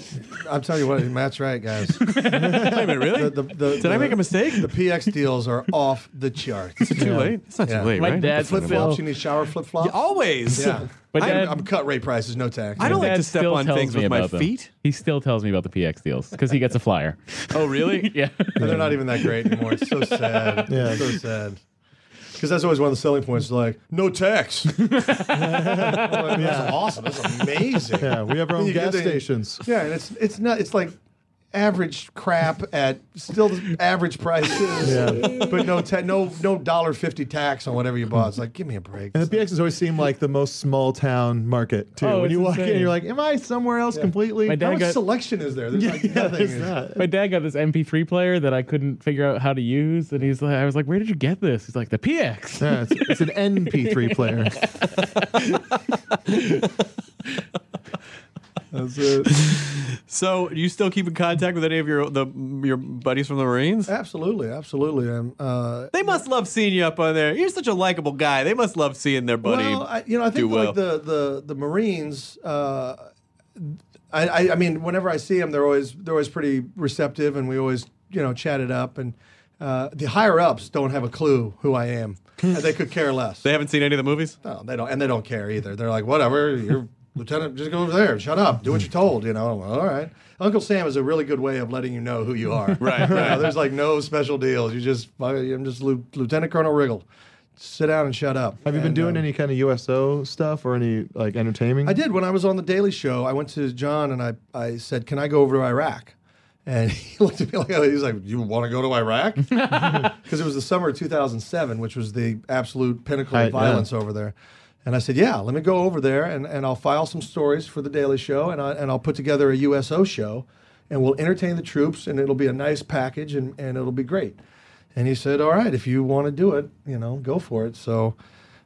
[SPEAKER 5] I'm telling you what, Matt's right, guys. The,
[SPEAKER 1] Wait a minute, really?
[SPEAKER 5] the, the,
[SPEAKER 1] Did I make a mistake?
[SPEAKER 5] The PX deals are off the charts.
[SPEAKER 1] Too late. It's not
[SPEAKER 5] Yeah.
[SPEAKER 1] too late,
[SPEAKER 3] My
[SPEAKER 1] right?
[SPEAKER 3] dad's
[SPEAKER 5] Flip flops, you need shower flip flops.
[SPEAKER 1] Yeah, Always.
[SPEAKER 5] Yeah.
[SPEAKER 3] But
[SPEAKER 5] I'm,
[SPEAKER 3] Dad-
[SPEAKER 5] I'm cut rate prices, no tax.
[SPEAKER 1] I don't
[SPEAKER 3] My
[SPEAKER 1] like
[SPEAKER 3] dad
[SPEAKER 1] to step
[SPEAKER 3] still
[SPEAKER 1] on
[SPEAKER 3] tells
[SPEAKER 1] things
[SPEAKER 3] me
[SPEAKER 1] with my
[SPEAKER 3] about them.
[SPEAKER 1] feet.
[SPEAKER 3] He still tells me about the PX deals because he gets a flyer.
[SPEAKER 1] Oh, really?
[SPEAKER 3] yeah.
[SPEAKER 5] And they're not even that great anymore. It's so sad.
[SPEAKER 4] Yeah.
[SPEAKER 5] So sad. Because that's always one of the selling points. Like, no tax. I'm like, That's awesome. That's amazing.
[SPEAKER 4] Yeah, we have our own
[SPEAKER 5] You get
[SPEAKER 4] gas
[SPEAKER 5] the-
[SPEAKER 4] stations.
[SPEAKER 5] Yeah, and it's it's not it's like average crap at still the average prices,
[SPEAKER 4] Yeah.
[SPEAKER 5] but no ta- no no dollar fifty tax on whatever you bought. It's like give me a break.
[SPEAKER 4] And the PX has always seemed like the most small town market too.
[SPEAKER 3] Oh,
[SPEAKER 4] when
[SPEAKER 3] it's
[SPEAKER 4] you walk in,
[SPEAKER 3] insane.
[SPEAKER 4] you're like, "Am I somewhere else completely?"
[SPEAKER 3] My
[SPEAKER 5] How
[SPEAKER 3] dad
[SPEAKER 5] much
[SPEAKER 3] got-
[SPEAKER 5] selection is there? There's like
[SPEAKER 4] Yeah,
[SPEAKER 5] nothing.
[SPEAKER 4] there's not.
[SPEAKER 3] My dad got this MP3 player that I couldn't figure out how to use, and he's like, I was like, "Where did you get this?" He's like, "The PX."
[SPEAKER 4] Yeah, it's, it's an NP3 player. That's it.
[SPEAKER 1] So you still keep in contact with any of your the your buddies from the Marines?
[SPEAKER 5] Uh, Absolutely, absolutely. Um, uh,
[SPEAKER 1] They must love seeing you up on there. You're such a likable guy. They must love seeing their buddy.
[SPEAKER 5] well, I, you know, I
[SPEAKER 1] do
[SPEAKER 5] think
[SPEAKER 1] well.
[SPEAKER 5] like the the the Marines. Uh, I, I I mean, whenever I see them, they're always they're always pretty receptive, and we always you know chat it up. And uh, the higher ups don't have a clue who I am, and they could care less.
[SPEAKER 1] they haven't seen any of the movies.
[SPEAKER 5] No, Oh, they don't, and they don't care either. They're like, whatever, you're lieutenant, just go over there, shut up, do what you're told. You know, I'm like, all right. Uncle Sam is a really good way of letting you know who you are.
[SPEAKER 1] Right,
[SPEAKER 5] You know,
[SPEAKER 1] right.
[SPEAKER 5] There's like no special deals. You just, uh, I'm just Lieu- Lieutenant Colonel Riggle. Sit down and shut up.
[SPEAKER 4] Have you been doing any kind of USO stuff or any like entertaining?
[SPEAKER 5] I did when I was on the Daily Show. I went to John and I, I said, "Can I go over to Iraq?" And he looked at me like he's like, "You want to go to Iraq?" Because it was the summer of 2007, which was the absolute pinnacle
[SPEAKER 4] Right,
[SPEAKER 5] of
[SPEAKER 4] yeah.
[SPEAKER 5] violence over there. And I said, "Yeah, let me go over there and, and I'll file some stories for the Daily Show and I, and I'll put together a USO show and we'll entertain the troops and it'll be a nice package and, and it'll be great." And he said, "All right, if you want to do it, you know, go for it." So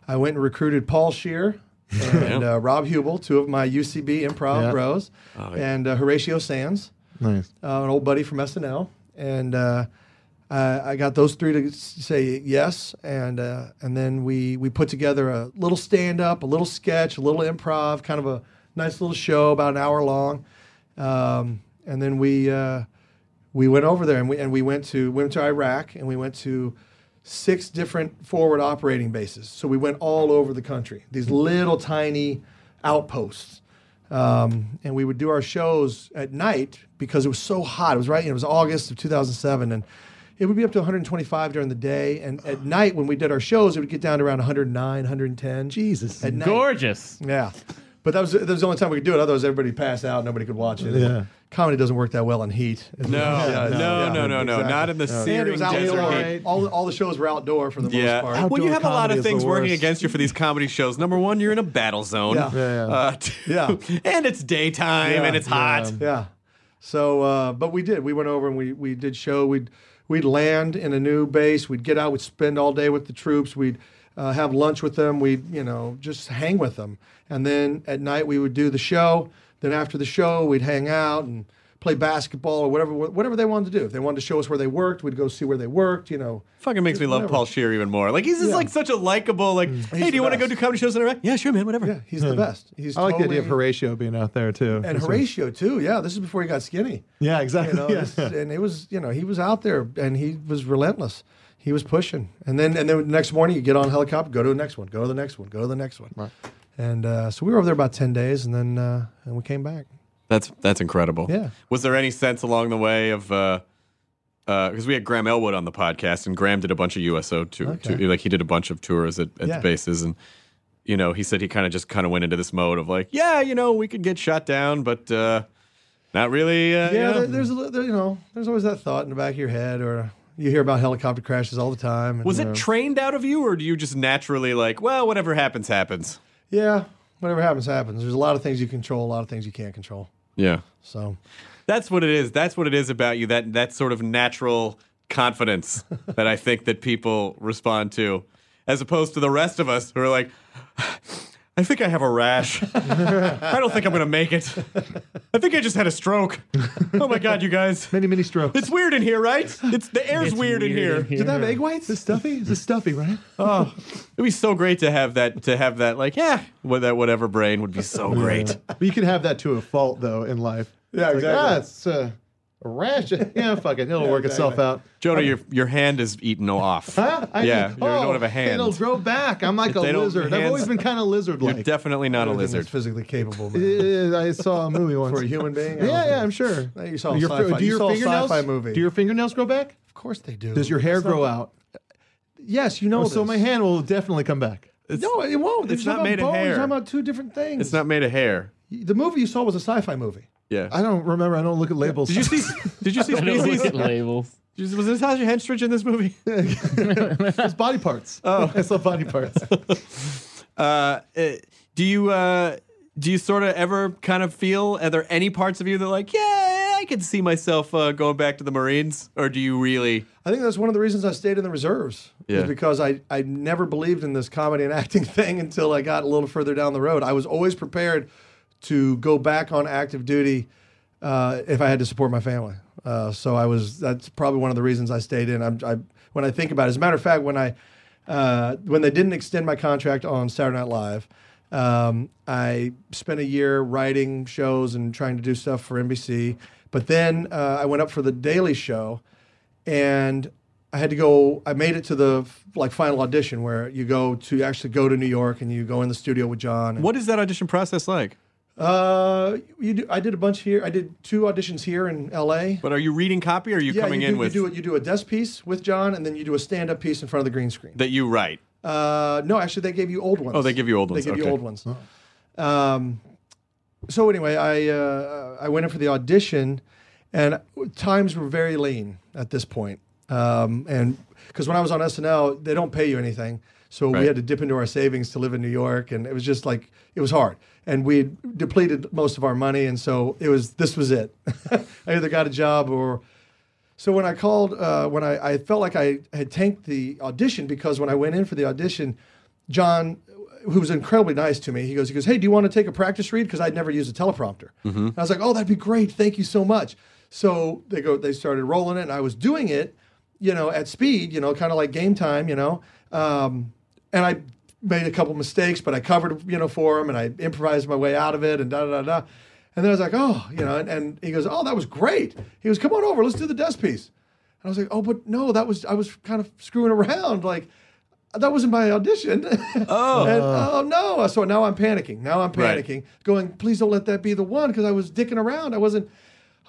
[SPEAKER 5] I went and recruited Paul Shear and uh, Rob Hubel, two of my UCB improv
[SPEAKER 4] Yeah.
[SPEAKER 5] bros, and uh, Horatio Sands,
[SPEAKER 4] Nice.
[SPEAKER 5] uh, an old buddy from SNL, and uh, I, I got those three to s- say yes, and uh, and then we we put together a little stand up, a little sketch, a little improv, kind of a nice little show, about an hour long, um, and then we. Uh, we went over there and we and we went to went to Iraq and we went to six different forward operating bases. So we went all over the country. These little tiny outposts, um, and we would do our shows at night because it was so hot. It was right. It was August of 2007, and it would be up to 125 during the day. And at night, when we did our shows, it would get down to around 109, 110.
[SPEAKER 4] Jesus.
[SPEAKER 5] at night.
[SPEAKER 3] Gorgeous.
[SPEAKER 5] Yeah. But that was, that was the only time we could do it. Otherwise, everybody passed out. Nobody could watch it.
[SPEAKER 4] Yeah.
[SPEAKER 5] Comedy doesn't work that well in heat.
[SPEAKER 1] No, uh, no, no, no, no, not in the
[SPEAKER 5] And it was
[SPEAKER 1] searing
[SPEAKER 5] outdoor.
[SPEAKER 1] desert heat.
[SPEAKER 5] All, all the shows were outdoor for the
[SPEAKER 1] Yeah.
[SPEAKER 5] most part.
[SPEAKER 1] Well, you
[SPEAKER 4] Outdoor
[SPEAKER 1] have a lot
[SPEAKER 4] comedy
[SPEAKER 1] of
[SPEAKER 4] is the
[SPEAKER 1] things working
[SPEAKER 4] worst.
[SPEAKER 1] against you for these comedy shows. Number one, you're in a battle zone.
[SPEAKER 5] Yeah.
[SPEAKER 4] Yeah, yeah.
[SPEAKER 1] Uh, two-
[SPEAKER 5] Yeah.
[SPEAKER 1] And it's daytime
[SPEAKER 5] Yeah,
[SPEAKER 1] and it's hot.
[SPEAKER 5] Yeah. So, uh, but we did. We went over and we we did show. We'd we'd land in a new base. We'd get out. We'd spend all day with the troops. We'd uh, have lunch with them. We'd you know just hang with them. And then at night we would do the show. Then after the show we'd hang out and play basketball or whatever whatever they wanted to do. If they wanted to show us where they worked, we'd go see where they worked. You know.
[SPEAKER 1] Fucking makes me love Paul Shear even more. Like he's just like such a likable. Like, hey, do you want to go
[SPEAKER 5] Mm. best.
[SPEAKER 1] do comedy shows in Iraq? Yeah, sure, man. Whatever.
[SPEAKER 5] Yeah, he's the best. He's
[SPEAKER 4] Hmm. I like the idea of
[SPEAKER 5] totally-
[SPEAKER 4] Horatio being out there too.
[SPEAKER 5] and
[SPEAKER 4] That's what-
[SPEAKER 5] Horatio too. Yeah, this is before he got skinny.
[SPEAKER 4] Yeah,
[SPEAKER 5] You
[SPEAKER 4] exactly.
[SPEAKER 5] know,
[SPEAKER 4] yeah.
[SPEAKER 5] this- and it was you know he was out there and he was relentless. He was pushing, and then and then the next morning you get on a helicopter, go to the next one, go to the next one, go to the next one. Right. And uh, so we were over there about ten days, and then uh, and we came back.
[SPEAKER 1] That's that's incredible.
[SPEAKER 5] Yeah.
[SPEAKER 1] Was there any sense along the way of uh because we had Graham Elwood on the podcast, and Graham did a bunch of USO tour,
[SPEAKER 5] Okay.
[SPEAKER 1] tour- like he did a bunch of tours at, at
[SPEAKER 5] Yeah.
[SPEAKER 1] the bases, and you know he said he kind of just kind of went into this mode of like, yeah, you know, we could get shot down, but uh not really. Uh,
[SPEAKER 5] Yeah,
[SPEAKER 1] you know.
[SPEAKER 5] there, there's a, li- there, you know there's always that thought in the back of your head, or you hear about helicopter crashes all the time. and,
[SPEAKER 1] was
[SPEAKER 5] uh,
[SPEAKER 1] it trained out of you, or do you just naturally like, well, whatever happens, happens?
[SPEAKER 5] yeah, whatever happens, happens. There's a lot of things you control, a lot of things you can't control.
[SPEAKER 1] Yeah.
[SPEAKER 5] So
[SPEAKER 1] That's what it is. That's what it is about you. That that sort of natural confidence that I think that people respond to, as opposed to the rest of us who are like, I think I have a rash. I don't think I'm going to make it. I think I just had a stroke. Oh my God, you guys.
[SPEAKER 4] Many, many strokes.
[SPEAKER 1] It's weird in here, right? It's The air's weird, in here.
[SPEAKER 4] Did
[SPEAKER 5] Did that have egg whites?
[SPEAKER 4] This stuffy? Is this stuffy, right?
[SPEAKER 1] Oh, it'd be so great to have that, to have that, like, yeah, what, that whatever brain would be so great.
[SPEAKER 4] But you can have that to a fault, though, in life. It's
[SPEAKER 5] Yeah,
[SPEAKER 4] like,
[SPEAKER 5] exactly.
[SPEAKER 4] ah, it's uh, a rash. yeah, fuck it. It'll work itself
[SPEAKER 5] exactly.
[SPEAKER 4] out.
[SPEAKER 1] Jonah, your, your hand is eaten off.
[SPEAKER 4] Huh? I
[SPEAKER 1] yeah,
[SPEAKER 4] can-
[SPEAKER 1] you don't have a hand.
[SPEAKER 4] It'll grow back. I'm like a
[SPEAKER 1] They don't-
[SPEAKER 4] lizard. I've
[SPEAKER 1] hands-
[SPEAKER 4] always been kind of
[SPEAKER 1] You're
[SPEAKER 4] lizard-like.
[SPEAKER 1] definitely not a lizard.
[SPEAKER 5] It's physically capable. man.
[SPEAKER 4] Uh, I saw a movie once.
[SPEAKER 5] For a human being? I don't
[SPEAKER 4] Yeah, yeah,
[SPEAKER 5] think-
[SPEAKER 4] I'm sure.
[SPEAKER 5] No, you saw a
[SPEAKER 4] Your-
[SPEAKER 5] sci-fi-
[SPEAKER 4] do
[SPEAKER 5] you
[SPEAKER 4] your
[SPEAKER 5] saw a
[SPEAKER 4] fingernails-
[SPEAKER 5] sci-fi movie.
[SPEAKER 4] Do your fingernails grow back?
[SPEAKER 5] Of course they do.
[SPEAKER 4] Does your hair grow out?
[SPEAKER 5] Yes, you know.
[SPEAKER 4] Oh, so
[SPEAKER 5] this.
[SPEAKER 4] my hand will definitely come back.
[SPEAKER 5] no, it won't.
[SPEAKER 1] it's
[SPEAKER 5] You're
[SPEAKER 1] not
[SPEAKER 5] talking
[SPEAKER 1] made of
[SPEAKER 5] about bones.
[SPEAKER 1] hair.
[SPEAKER 5] You're talking about two different things.
[SPEAKER 1] It's not made of hair.
[SPEAKER 5] The movie you saw was a sci-fi movie.
[SPEAKER 1] Yeah.
[SPEAKER 4] I don't remember. I don't look at labels.
[SPEAKER 1] Did you see? Did you see
[SPEAKER 3] I don't
[SPEAKER 1] Species?
[SPEAKER 3] look at labels.
[SPEAKER 1] Was was Natasha Henstridge in this movie?
[SPEAKER 4] It's body parts. Oh, I saw body parts.
[SPEAKER 1] Uh, uh, do you uh, do you sort of ever kind of feel? Are there any parts of you that are like, yeah, I could see myself uh, going back to the Marines, or do you really?
[SPEAKER 5] I think that's one of the reasons I stayed in the reserves.
[SPEAKER 1] Yeah.
[SPEAKER 5] Is because I, I never believed in this comedy and acting thing until I got a little further down the road. I was always prepared to go back on active duty uh, if I had to support my family. Uh, so I was. That's probably one of the reasons I stayed in. I'm, I when I think about it. As a matter of fact, when I uh, when they didn't extend my contract on Saturday Night Live, um, I spent a year writing shows and trying to do stuff for NBC. But then uh, I went up for the Daily Show and I had to go. I made it to the like final audition where you go to actually go to New York and you go in the studio with John. and-
[SPEAKER 1] What is that audition process like?
[SPEAKER 5] Uh, you do, I did a bunch here. I did two auditions here in L.A.
[SPEAKER 1] But are you reading copy, or are you coming
[SPEAKER 5] you do,
[SPEAKER 1] in
[SPEAKER 5] you
[SPEAKER 1] with
[SPEAKER 5] do a- you do a desk piece with John, and then you do a stand up piece in front of the green screen.
[SPEAKER 1] that you write?
[SPEAKER 5] Uh, no, actually, they gave you old ones.
[SPEAKER 1] Oh, they give you old ones,
[SPEAKER 5] They give
[SPEAKER 1] okay.
[SPEAKER 5] you old ones. Um, so anyway, I uh, I went in for the audition, and times were very lean at this point. Um, and because when I was on SNL, they don't pay you anything, so
[SPEAKER 1] Right.
[SPEAKER 5] we had to dip into our savings to live in New York, and it was just like it was hard. And we had depleted most of our money, and so it was this was it. I either got a job or so when I called, uh, when I, I felt like I had tanked the audition because when I went in for the audition, John, who was incredibly nice to me, he goes, he goes, hey, do you want to take a practice read? Because I'd never used a teleprompter. And I was like, oh, that'd be great. Thank you so much. So they go, they started rolling it, and I was doing it, you know, at speed, you know, kind of like game time, you know, um, and I made a couple mistakes, but I covered, you know, for him, and I improvised my way out of it, and da da da. da. And then I was like, oh, you know, and, and he goes, oh, that was great. He goes, come on over, let's do the desk piece. And I was like, oh, but no, that was I was kind of screwing around, like that wasn't my audition. Oh, and, oh no! So now I'm panicking. Now I'm
[SPEAKER 1] Right.
[SPEAKER 5] panicking, going, please don't let that be the one because I was dicking around. I wasn't.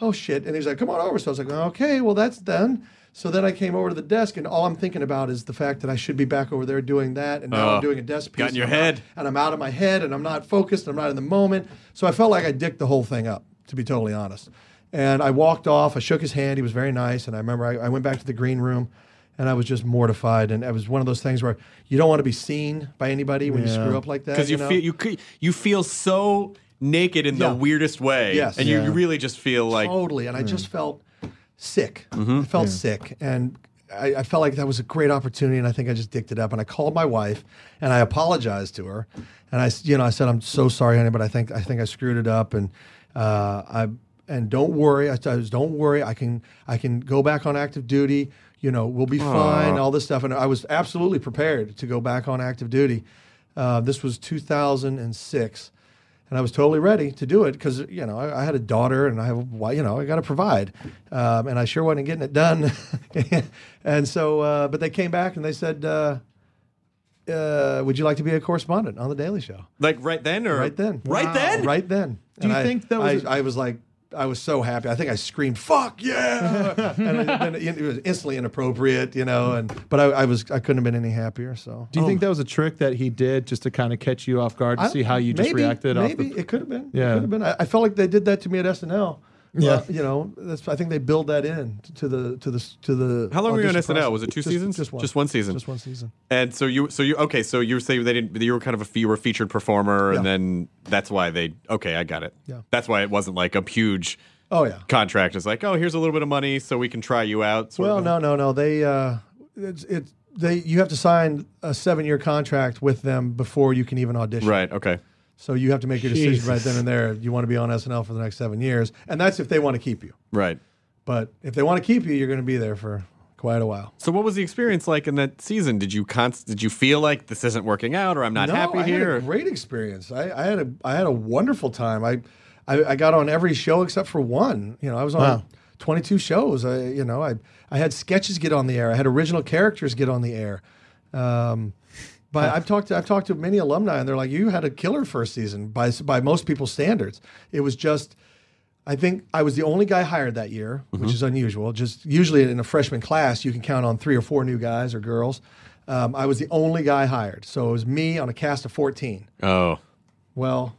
[SPEAKER 5] Oh shit! And he's like, come on over. So I was like, okay, well that's done. So then I came over to the desk, and all I'm thinking about is the fact that I should be back over there doing that, and now
[SPEAKER 1] Oh,
[SPEAKER 5] I'm doing a desk piece.
[SPEAKER 1] got in your
[SPEAKER 5] and
[SPEAKER 1] head.
[SPEAKER 5] I'm not- and I'm out of my head and I'm not focused and I'm not in the moment. So I felt like I dicked the whole thing up, to be totally honest. And I walked off, I shook his hand, he was very nice. And I remember I, I went back to the green room and I was just mortified. And it was one of those things where you don't want to be seen by anybody when you screw up like that.
[SPEAKER 1] Because Uh, you,
[SPEAKER 5] know?
[SPEAKER 1] feel you c- you feel so naked in
[SPEAKER 5] Yeah.
[SPEAKER 1] the weirdest way,
[SPEAKER 5] Yes.
[SPEAKER 1] and you
[SPEAKER 5] Yeah.
[SPEAKER 1] really just feel like
[SPEAKER 5] totally. And I just felt sick. I felt sick. And I, I felt like that was a great opportunity. And I think I just dicked it up. And I called my wife and I apologized to her. And I, s- you know, I said, I'm so sorry, honey, but I think, I think I screwed it up. And, uh, I, and don't worry. I, t- I was, don't worry. I can, I can go back on active duty. You know, we'll be fine, all this stuff. And I was absolutely prepared to go back on active duty. Uh, this was 2006 and I was totally ready to do it because you know I, I had a daughter and I have a wi- you know I got to provide, um, and I sure wasn't getting it done, and so uh, but they came back and they said, uh, uh, "Would you like to be a correspondent on the Daily Show?"
[SPEAKER 1] like right then or
[SPEAKER 5] Right then,
[SPEAKER 1] right then,
[SPEAKER 5] right then. Do
[SPEAKER 4] you think that was a-
[SPEAKER 5] I, I was like. I was so happy. I think I screamed "fuck yeah!" and then it, it was instantly inappropriate, you know. And but I, I was I couldn't have been any happier. So
[SPEAKER 1] Oh,
[SPEAKER 4] Do you think that was a trick that he did just to kind of catch you off guard to
[SPEAKER 5] Oh. I-
[SPEAKER 4] see how you just
[SPEAKER 5] maybe-
[SPEAKER 4] reacted?
[SPEAKER 5] Maybe
[SPEAKER 4] Off
[SPEAKER 5] it could have been.
[SPEAKER 4] Yeah.
[SPEAKER 5] it could have been. I, I felt like they did that to me at SNL.
[SPEAKER 4] Yeah.
[SPEAKER 5] Uh, you know, that's, I think they build that in to the to the to the.
[SPEAKER 1] How long were you on
[SPEAKER 5] audition
[SPEAKER 1] SNL? Was it two
[SPEAKER 5] Just-
[SPEAKER 1] seasons?
[SPEAKER 5] Just one.
[SPEAKER 1] Just one season.
[SPEAKER 5] Just one season.
[SPEAKER 1] And so you, so you, okay, so you were saying they didn't, you were kind of a, fe- you were a featured performer, and
[SPEAKER 5] Yeah.
[SPEAKER 1] then that's why they, okay, I got it.
[SPEAKER 5] Yeah.
[SPEAKER 1] That's why it wasn't like a huge
[SPEAKER 5] Oh yeah.
[SPEAKER 1] contract. It's like, oh, here's a little bit of money so we can try you out. sort
[SPEAKER 5] Well,
[SPEAKER 1] of.
[SPEAKER 5] no, no, no. They uh, it's it's they you have to sign a seven year contract with them before you can even audition.
[SPEAKER 8] Right. Okay.
[SPEAKER 5] So you have to make your
[SPEAKER 3] Jesus.
[SPEAKER 5] decision right then and there. You want to be on SNL for the next seven years, and that's if they want to keep you.
[SPEAKER 8] Right.
[SPEAKER 5] But if they want to keep you, you're going to be there for quite a while.
[SPEAKER 8] So what was the experience like in that season? Did you const- did you feel like this isn't working out or I'm not happy
[SPEAKER 5] I
[SPEAKER 8] here?
[SPEAKER 5] Had a great experience. I, I had a I had a wonderful time. I, I I got on every show except for one. You know, I was on
[SPEAKER 4] Wow.
[SPEAKER 5] 22 shows. I you know I I had sketches get on the air. I had original characters get on the air. Um, but I've talked to I've talked to many alumni and they're like, you had a killer first season by by most people's standards. It was just. I think I was the only guy hired that year, which is unusual. Just usually in a freshman class, you can count on three or four new guys or girls. Um, I was the only guy hired, so it was me on a cast of fourteen.
[SPEAKER 8] oh.
[SPEAKER 5] Well,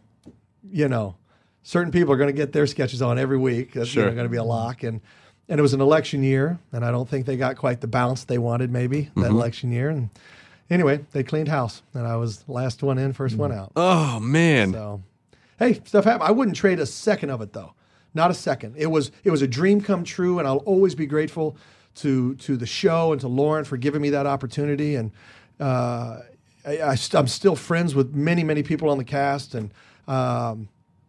[SPEAKER 5] you know, certain people are going to get their sketches on every week. That's
[SPEAKER 8] Sure.
[SPEAKER 5] going to be a lock, and and it was an election year, and I don't think they got quite the bounce they wanted maybe that election year. And anyway, they cleaned house, and I was last one in, first one out.
[SPEAKER 8] Oh man.
[SPEAKER 5] So, hey, stuff happened. I wouldn't trade a second of it though. Not a second. It was it was a dream come true, and I'll always be grateful to to the show and to Lauren for giving me that opportunity. And uh, I, I st- I'm still friends with many many people on the cast, and um,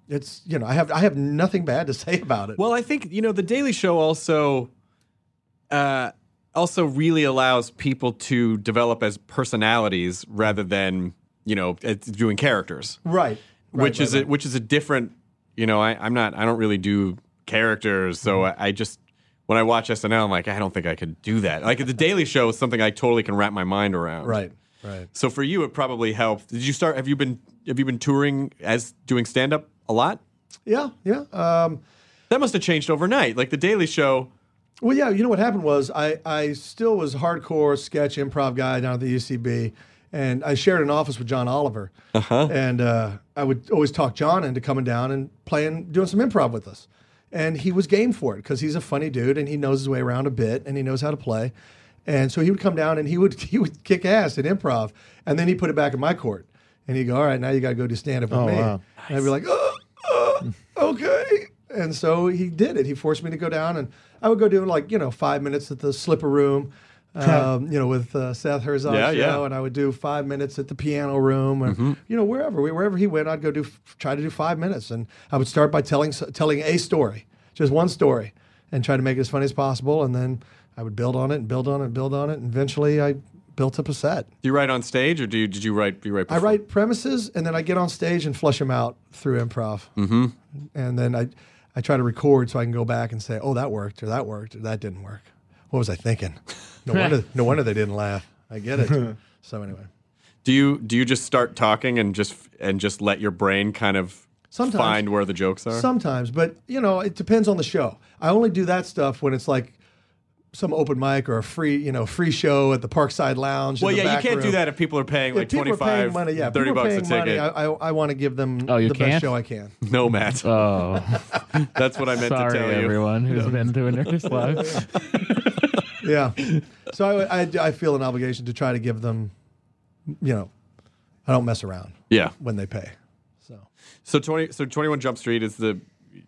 [SPEAKER 5] it's you know I have I have nothing bad to say about it.
[SPEAKER 1] Well, I think you know the Daily Show also, uh, also really allows people to develop as personalities rather than you know it's doing characters,
[SPEAKER 5] right. Right,
[SPEAKER 1] which
[SPEAKER 5] right,
[SPEAKER 1] is
[SPEAKER 5] right.
[SPEAKER 1] A, which is a different. You know, I, I'm not. I don't really do characters, so
[SPEAKER 5] Mm-hmm.
[SPEAKER 1] I, I just when I watch SNL, I'm like, I don't think I could do that. Like the Daily Show is something I totally can wrap my mind around.
[SPEAKER 5] right right.
[SPEAKER 1] So for you, it probably helped. Did you start? Have you been? Have you been touring as doing stand up a lot?
[SPEAKER 5] Yeah yeah. Um,
[SPEAKER 1] That must have changed overnight. Like the Daily Show.
[SPEAKER 5] Well, yeah, you know what happened was I, I still was hardcore sketch improv guy down at the UCB, and I shared an office with John Oliver, and uh, I would always talk John into coming down and playing, doing some improv with us, and he was game for it because he's a funny dude and he knows his way around a bit and he knows how to play, and so he would come down and he would he would kick ass at improv, and then he put it back in my court, and he'd go, all right, now you got to go do stand up with
[SPEAKER 4] Oh,
[SPEAKER 5] me,
[SPEAKER 4] wow.
[SPEAKER 5] and I'd be like, oh, oh, okay. And so he did it. He forced me to go down, and I would go do like you know five minutes at the slipper room, um, you know, with uh, Seth Herzog
[SPEAKER 1] Yeah,
[SPEAKER 5] show,
[SPEAKER 1] yeah. Mm-hmm.
[SPEAKER 5] and I would do five minutes at the piano room, or you know wherever wherever he went, I'd go do try to do five minutes, and I would start by telling s- telling a story, just one story, and try to make it as funny as possible, and then I would build on it and build on it and build on it, and eventually I built up a set.
[SPEAKER 1] Do you write on stage, or do you, did you write? You write.
[SPEAKER 5] I
[SPEAKER 1] before?
[SPEAKER 5] write premises and then I get on stage and flush them out through improv. Mm-hmm. And then I, I try to record so I can go back and say, oh, that worked or that worked or that didn't work. What was I thinking? No wonder, no wonder they didn't laugh. I get it. so anyway,
[SPEAKER 1] Do you do you just start talking and just and just let your brain kind of
[SPEAKER 5] Sometimes.
[SPEAKER 1] find where the jokes are?
[SPEAKER 5] sometimes, but you know, it depends on the show. I only do that stuff when it's like some open mic or a free, you know, free show at the Parkside Lounge. in
[SPEAKER 1] well,
[SPEAKER 5] the
[SPEAKER 1] yeah, you
[SPEAKER 5] back
[SPEAKER 1] can't do
[SPEAKER 5] room.
[SPEAKER 1] that if people are paying like
[SPEAKER 5] If people are
[SPEAKER 1] 25,
[SPEAKER 5] paying money, yeah, if
[SPEAKER 1] 30
[SPEAKER 5] people are
[SPEAKER 1] bucks a
[SPEAKER 5] paying money,
[SPEAKER 1] ticket.
[SPEAKER 5] I, I, I want to give them
[SPEAKER 3] Oh, you
[SPEAKER 5] the
[SPEAKER 3] can't?
[SPEAKER 5] best show I can.
[SPEAKER 1] no, Matt.
[SPEAKER 3] Oh,
[SPEAKER 1] that's what I meant
[SPEAKER 3] sorry
[SPEAKER 1] to tell you.
[SPEAKER 3] everyone who's been to a Nerdist Live.
[SPEAKER 5] yeah. So I, I, I feel an obligation to try to give them, you know, I don't mess around
[SPEAKER 1] Yeah.
[SPEAKER 5] when they pay.
[SPEAKER 1] So 20 so 21 Jump Street is the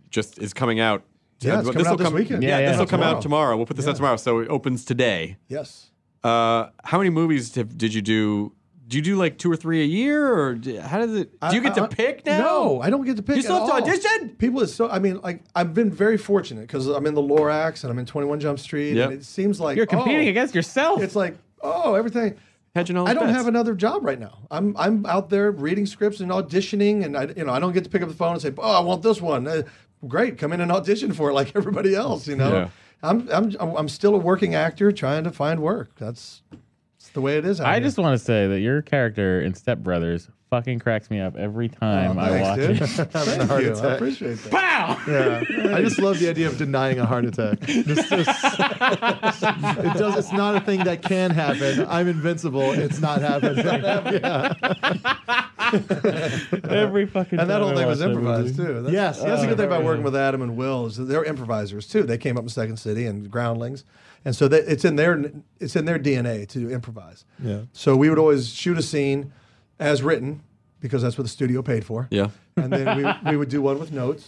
[SPEAKER 1] just is coming out.
[SPEAKER 5] Yeah, it's
[SPEAKER 1] Uh,
[SPEAKER 5] coming
[SPEAKER 1] this'll
[SPEAKER 5] out this
[SPEAKER 1] come-
[SPEAKER 5] weekend.
[SPEAKER 1] Yeah,
[SPEAKER 3] Yeah, yeah.
[SPEAKER 1] this will come out
[SPEAKER 5] Tomorrow.
[SPEAKER 1] tomorrow. We'll put this out tomorrow. So it opens today.
[SPEAKER 5] Yes.
[SPEAKER 1] Uh, how many movies have, did you do? Do you do like two or three a year, or d how does it? Do you get
[SPEAKER 5] I-
[SPEAKER 1] to
[SPEAKER 5] I-
[SPEAKER 1] pick now?
[SPEAKER 5] No, I don't get to pick.
[SPEAKER 1] You still
[SPEAKER 5] at
[SPEAKER 1] have to
[SPEAKER 5] all.
[SPEAKER 1] audition?
[SPEAKER 5] People is so. I mean, like I've been very fortunate because I'm in the Lorax and I'm in 21 Jump Street,
[SPEAKER 1] Yep.
[SPEAKER 5] and it seems like
[SPEAKER 3] You're competing
[SPEAKER 5] oh,
[SPEAKER 3] against yourself.
[SPEAKER 5] It's like oh, everything.
[SPEAKER 1] Hedging all
[SPEAKER 5] I
[SPEAKER 1] his
[SPEAKER 5] don't
[SPEAKER 1] bets.
[SPEAKER 5] have another job right now. I'm I'm out there reading scripts and auditioning, and I you know I don't get to pick up the phone and say, oh, I want this one. Uh, great, come in and audition for it like everybody else. You know,
[SPEAKER 1] Yeah.
[SPEAKER 5] I'm I'm I'm still a working actor trying to find work. That's, that's the way it is. out
[SPEAKER 3] I
[SPEAKER 5] here.
[SPEAKER 3] just want to say that your character in Step Brothers fucking cracks me up every time I
[SPEAKER 5] Thanks,
[SPEAKER 3] watch
[SPEAKER 5] dude.
[SPEAKER 3] it.
[SPEAKER 5] Thank
[SPEAKER 4] a heart
[SPEAKER 5] you. I
[SPEAKER 4] attack.
[SPEAKER 5] appreciate that.
[SPEAKER 4] Yeah, I just love the idea of denying a heart attack. This- this- it does. It's not a thing that can happen. I'm invincible. It's not happening. Yeah.
[SPEAKER 3] Every fucking
[SPEAKER 5] And that
[SPEAKER 3] time
[SPEAKER 5] whole
[SPEAKER 3] I
[SPEAKER 5] thing
[SPEAKER 3] watch
[SPEAKER 5] was
[SPEAKER 3] that
[SPEAKER 5] improvised
[SPEAKER 3] movie.
[SPEAKER 5] too. That's,
[SPEAKER 4] Yes.
[SPEAKER 5] that's
[SPEAKER 4] Oh,
[SPEAKER 5] a good thing about working with Adam and Will is that they're improvisers too. They came up in Second City and Groundlings, and so that it's in their it's in their DNA to improvise.
[SPEAKER 4] Yeah.
[SPEAKER 5] So we would always shoot a scene as written because that's what the studio paid for.
[SPEAKER 1] Yeah.
[SPEAKER 5] And then we, we would do one with notes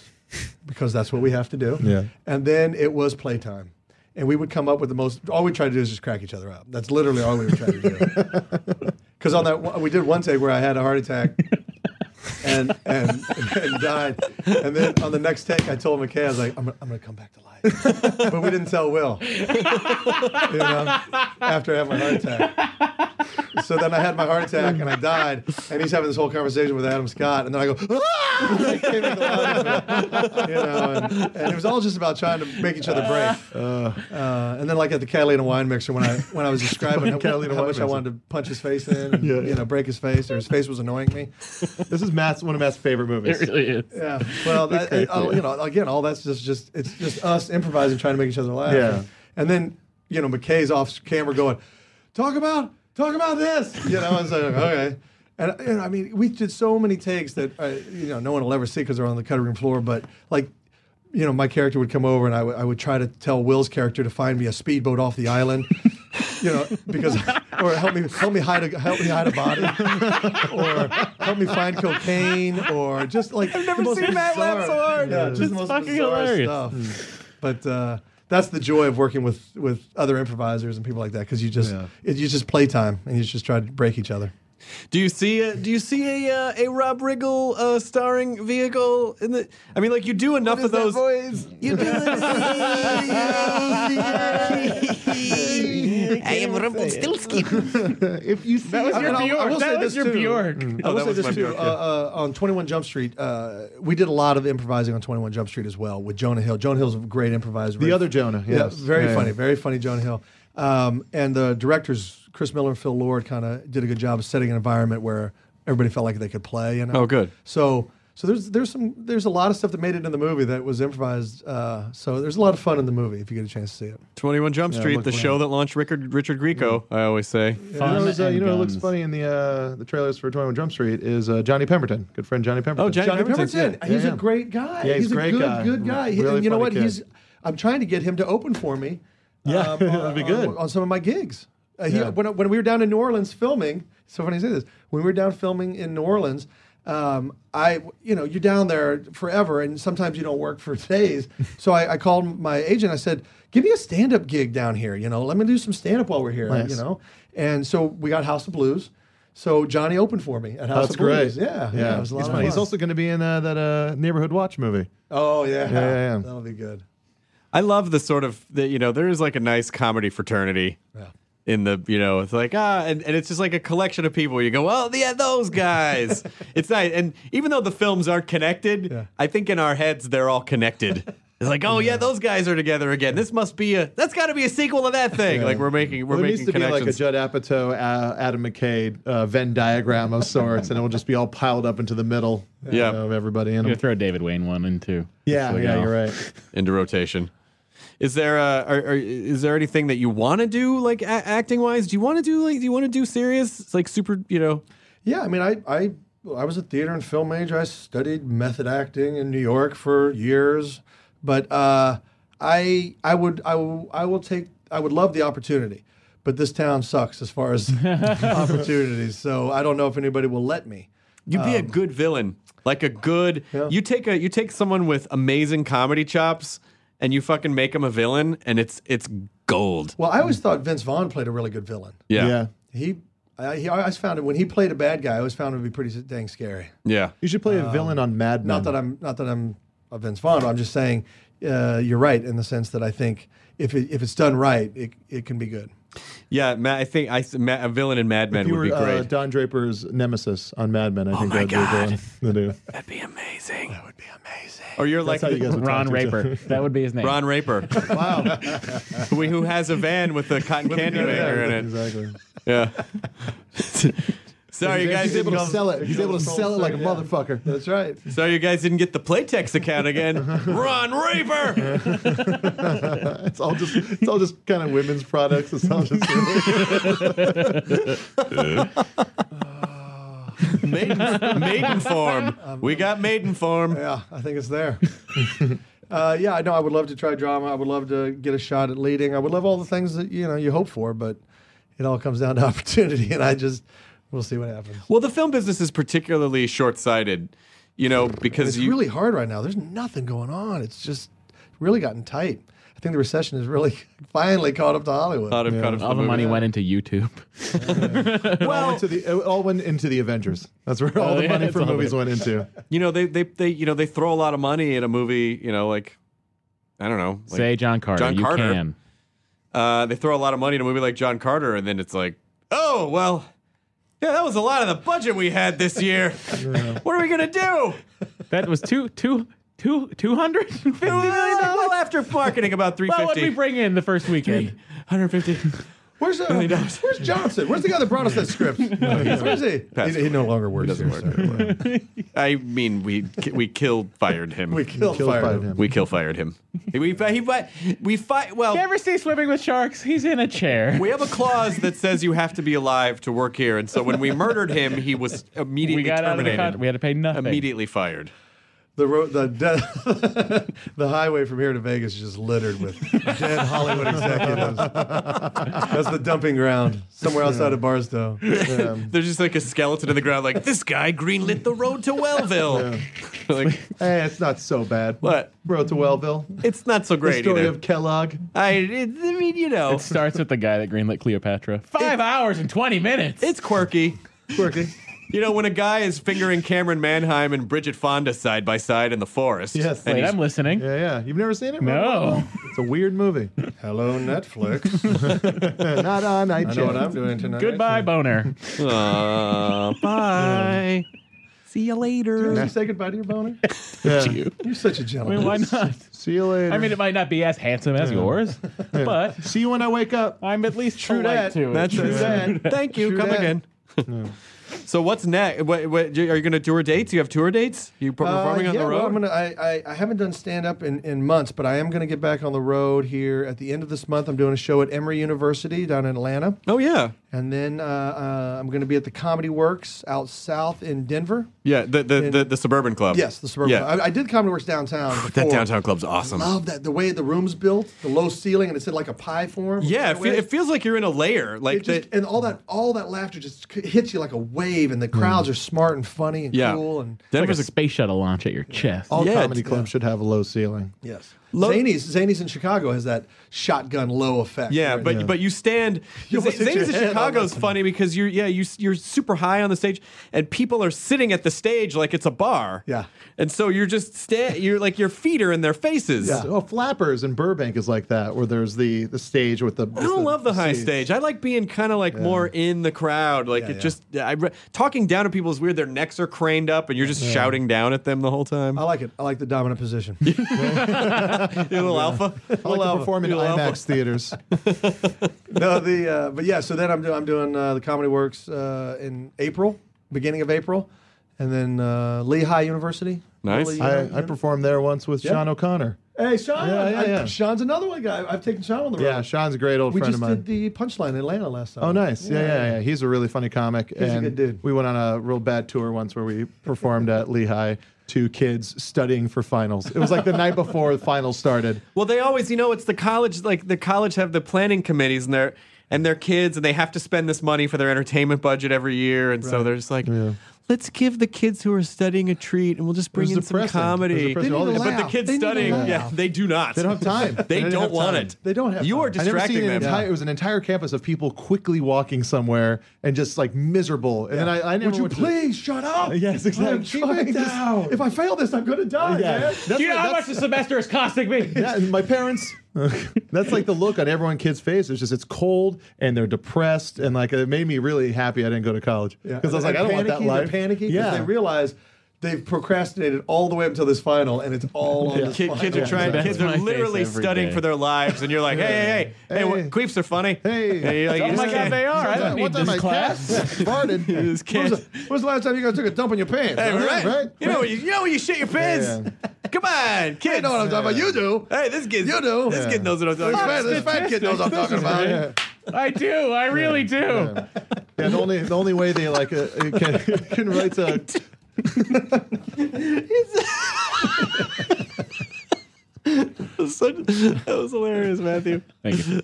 [SPEAKER 5] because that's what we have to do.
[SPEAKER 4] Yeah.
[SPEAKER 5] And then it was playtime. and we would come up with the most. All we tried to do is just crack each other up. That's literally all we were trying to do. Because on that, one- we did one take where I had a heart attack. And, and and died, and then on the next take, I told McKay, I was like, "I'm gonna, I'm gonna come back to life," but we didn't tell Will. You know, after I had my heart attack, so then I had my heart attack and I died, and he's having this whole conversation with Adam Scott, and then I go, "Ah!" I came into the audience, you know, and, and it was all just about trying to make each other break. Uh, and then like at the Catalina wine mixer when I when I was describing how,
[SPEAKER 4] Catalina
[SPEAKER 5] how
[SPEAKER 4] wine
[SPEAKER 5] much I
[SPEAKER 4] mixer.
[SPEAKER 5] wanted to punch his face in, and,
[SPEAKER 4] Yeah,
[SPEAKER 5] you
[SPEAKER 4] yeah.
[SPEAKER 5] know, break his face or his face was annoying me.
[SPEAKER 4] This is Matt's one of Matt's favorite movies.
[SPEAKER 3] It really is.
[SPEAKER 5] Yeah. Well, that,
[SPEAKER 4] great,
[SPEAKER 5] uh,
[SPEAKER 4] yeah.
[SPEAKER 5] you know, again, all that's just just it's just us improvising, trying to make each other laugh.
[SPEAKER 4] Yeah.
[SPEAKER 5] And then you know McKay's off camera going, talk about talk about this. You know, I was like, okay. And, and I mean, we did so many takes that uh, you know no one will ever see because they're on the cutting room floor. But like, you know, my character would come over and I would- I would try to tell Will's character to find me a speedboat off the island. You know, because or help me help me hide a help me hide a body, or help me find cocaine, or just like I've
[SPEAKER 1] never seen Matt laugh so hard.
[SPEAKER 5] Yeah, just
[SPEAKER 3] It's
[SPEAKER 5] the most
[SPEAKER 3] fucking
[SPEAKER 5] bizarre
[SPEAKER 3] hilarious.
[SPEAKER 5] stuff.
[SPEAKER 1] Hmm.
[SPEAKER 5] But uh, that's the joy of working with with other improvisers and people like that because you just
[SPEAKER 4] Yeah.
[SPEAKER 5] it, you just play time and you just try to break each other.
[SPEAKER 1] Do you see a Do you see a uh, a Rob Riggle uh, starring vehicle in the? I mean, like you do enough of those. You do. I am
[SPEAKER 4] if you see
[SPEAKER 3] That was
[SPEAKER 5] I-
[SPEAKER 3] your
[SPEAKER 5] and I- I
[SPEAKER 3] Bjork.
[SPEAKER 5] will say
[SPEAKER 3] that
[SPEAKER 5] this
[SPEAKER 3] was your
[SPEAKER 5] too.
[SPEAKER 3] Bjork.
[SPEAKER 5] I will
[SPEAKER 1] Mm. Oh, that
[SPEAKER 5] say
[SPEAKER 1] was
[SPEAKER 5] this
[SPEAKER 1] my
[SPEAKER 5] too.
[SPEAKER 1] Bjork, yeah.
[SPEAKER 5] uh, uh, on 21 Jump Street, uh, we did a lot of improvising on 21 Jump Street as well with Jonah Hill. Jonah Hill's a great improviser.
[SPEAKER 4] the
[SPEAKER 5] Very-
[SPEAKER 4] other Jonah. Yes.
[SPEAKER 5] Yeah, very
[SPEAKER 4] Yeah, yeah.
[SPEAKER 5] funny, very funny, Jonah Hill. Um, and the directors, Chris Miller and Phil Lord, kind of did a good job of setting an environment where everybody felt like they could play. You know?
[SPEAKER 1] Oh, good.
[SPEAKER 5] So, so there's there's some there's a lot of stuff that made it in the movie that was improvised. Uh, so there's a lot of fun in the movie if you get a chance to see it.
[SPEAKER 1] Twenty One Jump Street,
[SPEAKER 4] look
[SPEAKER 1] the
[SPEAKER 4] for
[SPEAKER 1] show that launched Richard Richard Grieco. I always say.
[SPEAKER 4] You know,
[SPEAKER 3] Fun
[SPEAKER 4] it's, uh,
[SPEAKER 3] and
[SPEAKER 4] you know it looks
[SPEAKER 3] guns.
[SPEAKER 4] funny in the uh, the trailers for 21 Jump Street is uh, Johnny Pemberton, good friend Johnny Pemberton.
[SPEAKER 1] Oh, Johnny Johnny Pemberton's
[SPEAKER 5] Pemberton,
[SPEAKER 4] good.
[SPEAKER 5] he's
[SPEAKER 4] Yeah,
[SPEAKER 5] a
[SPEAKER 4] yeah.
[SPEAKER 5] great guy.
[SPEAKER 4] Yeah, he's
[SPEAKER 5] a
[SPEAKER 4] great
[SPEAKER 5] good,
[SPEAKER 4] guy. Mm-hmm.
[SPEAKER 5] good guy. He-
[SPEAKER 4] Really
[SPEAKER 5] and you know
[SPEAKER 4] funny
[SPEAKER 5] what?
[SPEAKER 4] kid.
[SPEAKER 5] He's I'm trying to get him to open for me.
[SPEAKER 4] Yeah,
[SPEAKER 5] on-
[SPEAKER 4] that'd be good.
[SPEAKER 5] On, on some of my gigs. Uh, he-
[SPEAKER 4] Yeah.
[SPEAKER 5] when, when we were down in New Orleans filming, it's so funny you say this. When we were down filming in New Orleans, um, I, you know, you're down there forever, and sometimes you don't work for days. So I, I called my agent. I said, "Give me a stand-up gig down here. You know, let me do some stand-up while we're here.
[SPEAKER 4] Nice.
[SPEAKER 5] You know." And so we got House of Blues. So Johnny opened for me at House
[SPEAKER 4] That's
[SPEAKER 5] of
[SPEAKER 4] great.
[SPEAKER 5] Blues. Yeah,
[SPEAKER 4] yeah.
[SPEAKER 5] it was a lot
[SPEAKER 4] he's
[SPEAKER 5] of
[SPEAKER 4] funny. He's
[SPEAKER 5] fun.
[SPEAKER 4] also going to be in uh, that uh, Neighborhood Watch movie.
[SPEAKER 5] Oh yeah,
[SPEAKER 4] yeah, yeah.
[SPEAKER 5] that'll be good.
[SPEAKER 1] I love the sort of that you know there is like a nice comedy fraternity. In the you know it's like ah and, and it's just like a collection of people you go oh yeah those guys it's nice and even though the films aren't connected
[SPEAKER 5] Yeah.
[SPEAKER 1] I think in our heads they're all connected it's like oh yeah those guys are together again this must be a that's got to be a sequel to that thing like we're making we're
[SPEAKER 4] Well, there
[SPEAKER 1] making
[SPEAKER 4] needs to be like a
[SPEAKER 1] connections
[SPEAKER 4] Judd Apatow, uh, Adam McKay uh, Venn diagram of sorts, and it will just be all piled up into the middle uh,
[SPEAKER 1] Yeah.
[SPEAKER 4] of everybody in
[SPEAKER 3] I'm gonna
[SPEAKER 4] them.
[SPEAKER 3] throw a David Wayne one in too. Just
[SPEAKER 4] Yeah,
[SPEAKER 3] so
[SPEAKER 4] yeah,
[SPEAKER 3] you know.
[SPEAKER 4] you're right.
[SPEAKER 1] into rotation is there uh are, are, is there anything that you want to do like a- acting wise do you want to do like do you want to do serious like super you know
[SPEAKER 5] Yeah, I mean, I I I was a theater and film major. I studied method acting in New York for years, but uh, I I would I will I will take I would love the opportunity, but this town sucks as far as opportunities. So I don't know if anybody will let me.
[SPEAKER 1] You'd be a good villain, like a good.
[SPEAKER 5] Yeah.
[SPEAKER 1] You take a you take someone with amazing comedy chops, and you fucking make him a villain, and it's it's gold.
[SPEAKER 5] Well, I always thought Vince Vaughn played a really good villain.
[SPEAKER 1] Yeah, yeah.
[SPEAKER 4] yeah.
[SPEAKER 5] He I, he I always found it when he played a bad guy. I always found him to be pretty dang scary.
[SPEAKER 4] You should play a villain on Mad Men.
[SPEAKER 5] Not that I'm not that I'm a Vince Vaughn. but I'm just saying uh, you're right in the sense that I think if it, if it's done right, it it can be good.
[SPEAKER 1] Yeah, Matt. I think I Matt, a villain in Mad Men
[SPEAKER 4] you
[SPEAKER 1] would
[SPEAKER 4] were
[SPEAKER 1] be
[SPEAKER 4] uh,
[SPEAKER 1] great. Oh
[SPEAKER 4] Don Draper's nemesis on Mad Men. I think
[SPEAKER 1] my
[SPEAKER 4] that'd be a good one to do.
[SPEAKER 1] That'd be amazing. That would be amazing. Or you're
[SPEAKER 4] That's
[SPEAKER 1] like
[SPEAKER 4] how you guys would
[SPEAKER 3] Ron
[SPEAKER 4] talk to each other.
[SPEAKER 3] Raper. That would be his name.
[SPEAKER 1] Ron Raper. wow. who, who has a van with a cotton candy maker
[SPEAKER 4] Yeah,
[SPEAKER 1] in it?
[SPEAKER 4] Exactly.
[SPEAKER 1] Yeah. Sorry, you guys
[SPEAKER 4] He's able
[SPEAKER 1] didn't.
[SPEAKER 4] to sell it. He's able to sell it like a motherfucker.
[SPEAKER 5] That's right.
[SPEAKER 1] Sorry, you guys didn't get the Playtex account again. Ron Raper.
[SPEAKER 4] It's all just it's all just kind of women's products. It's all just
[SPEAKER 1] maiden, maiden form. we got maiden form.
[SPEAKER 5] Yeah, I think it's there. uh, yeah, I know. I would love to try drama. I would love to get a shot at leading. I would love all the things that you know you hope for, but it all comes down to opportunity, and I just we'll see what happens.
[SPEAKER 1] Well, the film business is particularly short-sighted, you know, because
[SPEAKER 5] It's
[SPEAKER 1] you
[SPEAKER 5] really hard right now. There's nothing going on. It's just really gotten tight. I think the recession has really finally caught up to Hollywood.
[SPEAKER 9] Thought of kind of
[SPEAKER 3] All the money went into YouTube.
[SPEAKER 4] all went to the it all went into the Avengers. That's where all
[SPEAKER 3] Oh,
[SPEAKER 4] the
[SPEAKER 3] yeah,
[SPEAKER 4] money
[SPEAKER 3] it's
[SPEAKER 4] from
[SPEAKER 3] all
[SPEAKER 4] movies went into.
[SPEAKER 1] You know, they, they, they, you know, they throw a lot of money at a movie, you know, like, I don't know. Like,
[SPEAKER 3] Say John Carter.
[SPEAKER 1] John
[SPEAKER 3] you
[SPEAKER 1] Carter.
[SPEAKER 3] can.
[SPEAKER 1] uh, they throw a lot of money in a movie like John Carter, and then it's like, oh well, yeah, that was a lot of the budget we had this year. what are we gonna do?
[SPEAKER 3] That was two two two two hundred and fifty
[SPEAKER 1] Well,
[SPEAKER 3] million dollars.
[SPEAKER 1] well, after marketing about three
[SPEAKER 3] Well, what we
[SPEAKER 1] fifty.
[SPEAKER 3] bring in the first weekend?
[SPEAKER 1] 150.
[SPEAKER 5] Where's uh, Where's Johnson? Where's the guy that brought us that script? Where's he? He, he no longer works. He doesn't work.
[SPEAKER 1] I mean, we ki- we killed fired him.
[SPEAKER 5] We killed,
[SPEAKER 4] Killed
[SPEAKER 5] fired
[SPEAKER 4] by
[SPEAKER 5] him.
[SPEAKER 4] him.
[SPEAKER 1] we kill fired him. We fi- he fi- we fight. Well,
[SPEAKER 3] You ever see swimming with sharks? He's in a chair.
[SPEAKER 1] we have a clause that says you have to be alive to work here, and so when we murdered him, he was immediately
[SPEAKER 3] We got out of the
[SPEAKER 1] terminated.
[SPEAKER 3] contract. We had to pay nothing.
[SPEAKER 1] immediately fired.
[SPEAKER 5] The road, the de- the highway from here to Vegas is just littered with dead Hollywood executives. That's the dumping ground somewhere outside of Barstow.
[SPEAKER 1] There's just like a skeleton in the ground, like this guy greenlit the road to Wellville. like,
[SPEAKER 4] Hey, it's not so bad.
[SPEAKER 1] What?
[SPEAKER 4] Bro to Wellville.
[SPEAKER 1] it's not so
[SPEAKER 4] The
[SPEAKER 1] great
[SPEAKER 4] story
[SPEAKER 1] either.
[SPEAKER 4] of Kellogg.
[SPEAKER 1] I, it, I mean, you know,
[SPEAKER 3] It
[SPEAKER 1] it's,
[SPEAKER 3] starts with the guy that greenlit Cleopatra. Five hours and twenty minutes.
[SPEAKER 1] quirky.
[SPEAKER 4] Quirky.
[SPEAKER 1] You know, when a guy is fingering Cameron Manheim and Bridget Fonda side by side in the forest.
[SPEAKER 4] Yes.
[SPEAKER 1] and
[SPEAKER 3] Wait,
[SPEAKER 1] he's-
[SPEAKER 3] I'm listening.
[SPEAKER 4] Yeah, yeah. You've never seen it? Rob?
[SPEAKER 3] No.
[SPEAKER 4] It's a weird movie.
[SPEAKER 5] Hello, Netflix.
[SPEAKER 4] not on
[SPEAKER 5] I know what I'm doing tonight.
[SPEAKER 3] Goodbye, boner.
[SPEAKER 1] Aw, bye. See you later.
[SPEAKER 5] Did you say goodbye to your boner?
[SPEAKER 4] Yeah.
[SPEAKER 5] You're such
[SPEAKER 3] I
[SPEAKER 5] a
[SPEAKER 3] mean,
[SPEAKER 5] gentleman.
[SPEAKER 3] why not?
[SPEAKER 4] See you later.
[SPEAKER 3] I mean, it might not be as handsome as yours, but
[SPEAKER 4] See you when I wake up.
[SPEAKER 3] I'm at least
[SPEAKER 4] True
[SPEAKER 3] polite
[SPEAKER 4] that.
[SPEAKER 3] to it.
[SPEAKER 1] That's
[SPEAKER 4] True
[SPEAKER 1] it.
[SPEAKER 4] that.
[SPEAKER 1] Thank you.
[SPEAKER 4] True
[SPEAKER 1] Come
[SPEAKER 4] that.
[SPEAKER 1] again. So what's next? What, what, are you going to tour dates? You have tour dates? You per-
[SPEAKER 5] Uh,
[SPEAKER 1] performing on
[SPEAKER 5] yeah,
[SPEAKER 1] the road?
[SPEAKER 5] Well, I'm gonna, I, I, I haven't done stand up in, in months, but I am going to get back on the road here at the end of this month. I'm doing a show at Emory University down in Atlanta.
[SPEAKER 1] oh yeah,
[SPEAKER 5] And then uh, uh, I'm going to be at the Comedy Works out south in Denver.
[SPEAKER 1] yeah. The the, the, the suburban club.
[SPEAKER 5] Yes, the suburban.
[SPEAKER 1] Yeah.
[SPEAKER 5] Club. I, I did Comedy Works downtown.
[SPEAKER 1] That
[SPEAKER 5] before.
[SPEAKER 1] downtown club's awesome.
[SPEAKER 5] Love that the way the room's built, the low ceiling, and it's in like a pie form.
[SPEAKER 1] Yeah, it,
[SPEAKER 5] That
[SPEAKER 1] fe-
[SPEAKER 5] way.
[SPEAKER 1] it feels like you're in a layer. Like
[SPEAKER 5] It just,
[SPEAKER 1] that,
[SPEAKER 5] and all that all that laughter just c- hits you like a wave, and the crowds are smart and funny and
[SPEAKER 1] Hmm. Yeah.
[SPEAKER 5] cool and
[SPEAKER 3] Like a
[SPEAKER 1] Denver's a,
[SPEAKER 3] space shuttle launch at your chest.
[SPEAKER 4] All
[SPEAKER 1] Yeah,
[SPEAKER 4] comedy
[SPEAKER 1] it's-
[SPEAKER 4] clubs should have a low ceiling.
[SPEAKER 5] yes. Zanies Zanies in Chicago has that shotgun low effect.
[SPEAKER 1] yeah,
[SPEAKER 5] where
[SPEAKER 1] but but you stand.
[SPEAKER 5] You
[SPEAKER 1] Z-
[SPEAKER 5] almost hit
[SPEAKER 1] Zanies
[SPEAKER 5] your
[SPEAKER 1] in
[SPEAKER 5] head on
[SPEAKER 1] Chicago's
[SPEAKER 5] that.
[SPEAKER 1] funny because you're yeah you s- you're super high on the stage and people are sitting at the stage like it's a bar.
[SPEAKER 5] Yeah.
[SPEAKER 1] and so you're just sta- you're like your feet are in their faces.
[SPEAKER 4] Yeah. Oh, Flappers in Burbank is like that, where there's the the stage with the.
[SPEAKER 1] I don't love the high stage. I like being kind of like more in the crowd. Like it
[SPEAKER 5] yeah.
[SPEAKER 1] just I re- talking down to people is weird. Their necks are craned up and you're just shouting down at them the whole time.
[SPEAKER 5] I like it. I like the dominant position.
[SPEAKER 1] You little alpha.
[SPEAKER 4] I like to perform in
[SPEAKER 1] Little alpha.
[SPEAKER 4] IMAX theaters.
[SPEAKER 5] no, the uh, but yeah. So then I'm doing I'm doing uh, the Comedy Works uh, in April, beginning of April, and then uh, Lehigh University.
[SPEAKER 1] Nice.
[SPEAKER 5] Lehigh
[SPEAKER 4] I, I
[SPEAKER 5] University.
[SPEAKER 4] performed there once with Sean O'Connor.
[SPEAKER 5] Hey, Sean.
[SPEAKER 4] Yeah, yeah,
[SPEAKER 5] I-
[SPEAKER 4] yeah.
[SPEAKER 5] Sean's another one guy. I've taken Sean on the road.
[SPEAKER 4] Yeah, Sean's a great old
[SPEAKER 5] we
[SPEAKER 4] friend
[SPEAKER 5] just
[SPEAKER 4] of mine.
[SPEAKER 5] did the punchline in Atlanta last time.
[SPEAKER 4] Oh, nice. Yeah, yeah, yeah. He's a really funny comic.
[SPEAKER 5] a
[SPEAKER 4] and
[SPEAKER 5] good dude.
[SPEAKER 4] We went on a real bad tour once where we performed at Lehigh to kids studying for finals. It was like the night before the finals started.
[SPEAKER 1] Well, they always, you know, it's the college. Like the college have the planning committees and their and their kids, and they have to spend this money for their entertainment budget every year, and so they're just like. Let's give the kids who are studying a treat, and we'll just bring
[SPEAKER 4] was
[SPEAKER 1] in some
[SPEAKER 4] depressing. It was
[SPEAKER 1] comedy.
[SPEAKER 4] depressing.
[SPEAKER 5] They need
[SPEAKER 1] But the
[SPEAKER 5] to laugh.
[SPEAKER 1] kids
[SPEAKER 5] They need to
[SPEAKER 1] studying,
[SPEAKER 5] laugh.
[SPEAKER 1] yeah, they do not.
[SPEAKER 4] They don't have time.
[SPEAKER 1] They,
[SPEAKER 4] didn't
[SPEAKER 1] don't
[SPEAKER 4] have
[SPEAKER 1] want
[SPEAKER 4] time.
[SPEAKER 1] it.
[SPEAKER 5] They don't have
[SPEAKER 1] You are
[SPEAKER 5] time.
[SPEAKER 4] I never seen
[SPEAKER 1] distracting
[SPEAKER 4] an
[SPEAKER 1] them.
[SPEAKER 4] entire. It was an entire campus of people quickly walking somewhere and just like miserable. And then I, I never
[SPEAKER 5] Would you
[SPEAKER 4] went to-
[SPEAKER 5] please shut up?
[SPEAKER 4] Yes,
[SPEAKER 5] I'm
[SPEAKER 4] exactly.
[SPEAKER 5] trying
[SPEAKER 4] Just-
[SPEAKER 5] to- If I fail this, I'm going to die,
[SPEAKER 4] Yeah.
[SPEAKER 5] man.
[SPEAKER 4] That's
[SPEAKER 3] Do you know
[SPEAKER 4] what-
[SPEAKER 3] how much
[SPEAKER 4] that's-
[SPEAKER 3] the semester is costing me?
[SPEAKER 4] Yeah, and my parents. that's like the look on everyone kids' face. It's just it's cold and they're depressed and like it made me really happy I didn't go to college because I was like I don't want that
[SPEAKER 5] panicky, they're
[SPEAKER 4] life.
[SPEAKER 5] Panicky. 'cause
[SPEAKER 4] Yeah.
[SPEAKER 5] They realize they've procrastinated all the way up until this final, and it's all on this
[SPEAKER 1] Kid,
[SPEAKER 5] final.
[SPEAKER 1] kids are trying.
[SPEAKER 3] That's
[SPEAKER 1] Kids are
[SPEAKER 3] my face
[SPEAKER 1] literally
[SPEAKER 3] every
[SPEAKER 1] studying
[SPEAKER 3] day.
[SPEAKER 1] for their lives, and you're like, hey, hey, hey, hey, what-
[SPEAKER 4] Hey.
[SPEAKER 1] queefs are funny.
[SPEAKER 4] Hey.
[SPEAKER 1] And you're like,
[SPEAKER 3] Oh my
[SPEAKER 1] "This
[SPEAKER 3] god,
[SPEAKER 1] kid-
[SPEAKER 3] they are. I
[SPEAKER 4] Yeah,
[SPEAKER 3] don't
[SPEAKER 4] one
[SPEAKER 3] need
[SPEAKER 4] time
[SPEAKER 3] this
[SPEAKER 4] I
[SPEAKER 3] class.
[SPEAKER 4] cat farted.
[SPEAKER 1] This kid.
[SPEAKER 5] When was the last time you guys took a dump in your pants?
[SPEAKER 1] Hey,
[SPEAKER 5] huh?
[SPEAKER 1] right.
[SPEAKER 4] right,
[SPEAKER 1] You know, when you, you know when you shit your pants. Come on, kids.
[SPEAKER 5] You know what I'm talking about? You do.
[SPEAKER 1] Hey, this kid.
[SPEAKER 5] You do.
[SPEAKER 1] This
[SPEAKER 5] Yeah.
[SPEAKER 1] kid knows what I'm talking
[SPEAKER 5] This fat,
[SPEAKER 1] about.
[SPEAKER 5] this fat kid knows what I'm talking about.
[SPEAKER 3] I do. I really do.
[SPEAKER 4] Yeah, the only the only way they like uh, uh, can can relate to
[SPEAKER 1] that was hilarious, Matthew.
[SPEAKER 3] Thank you.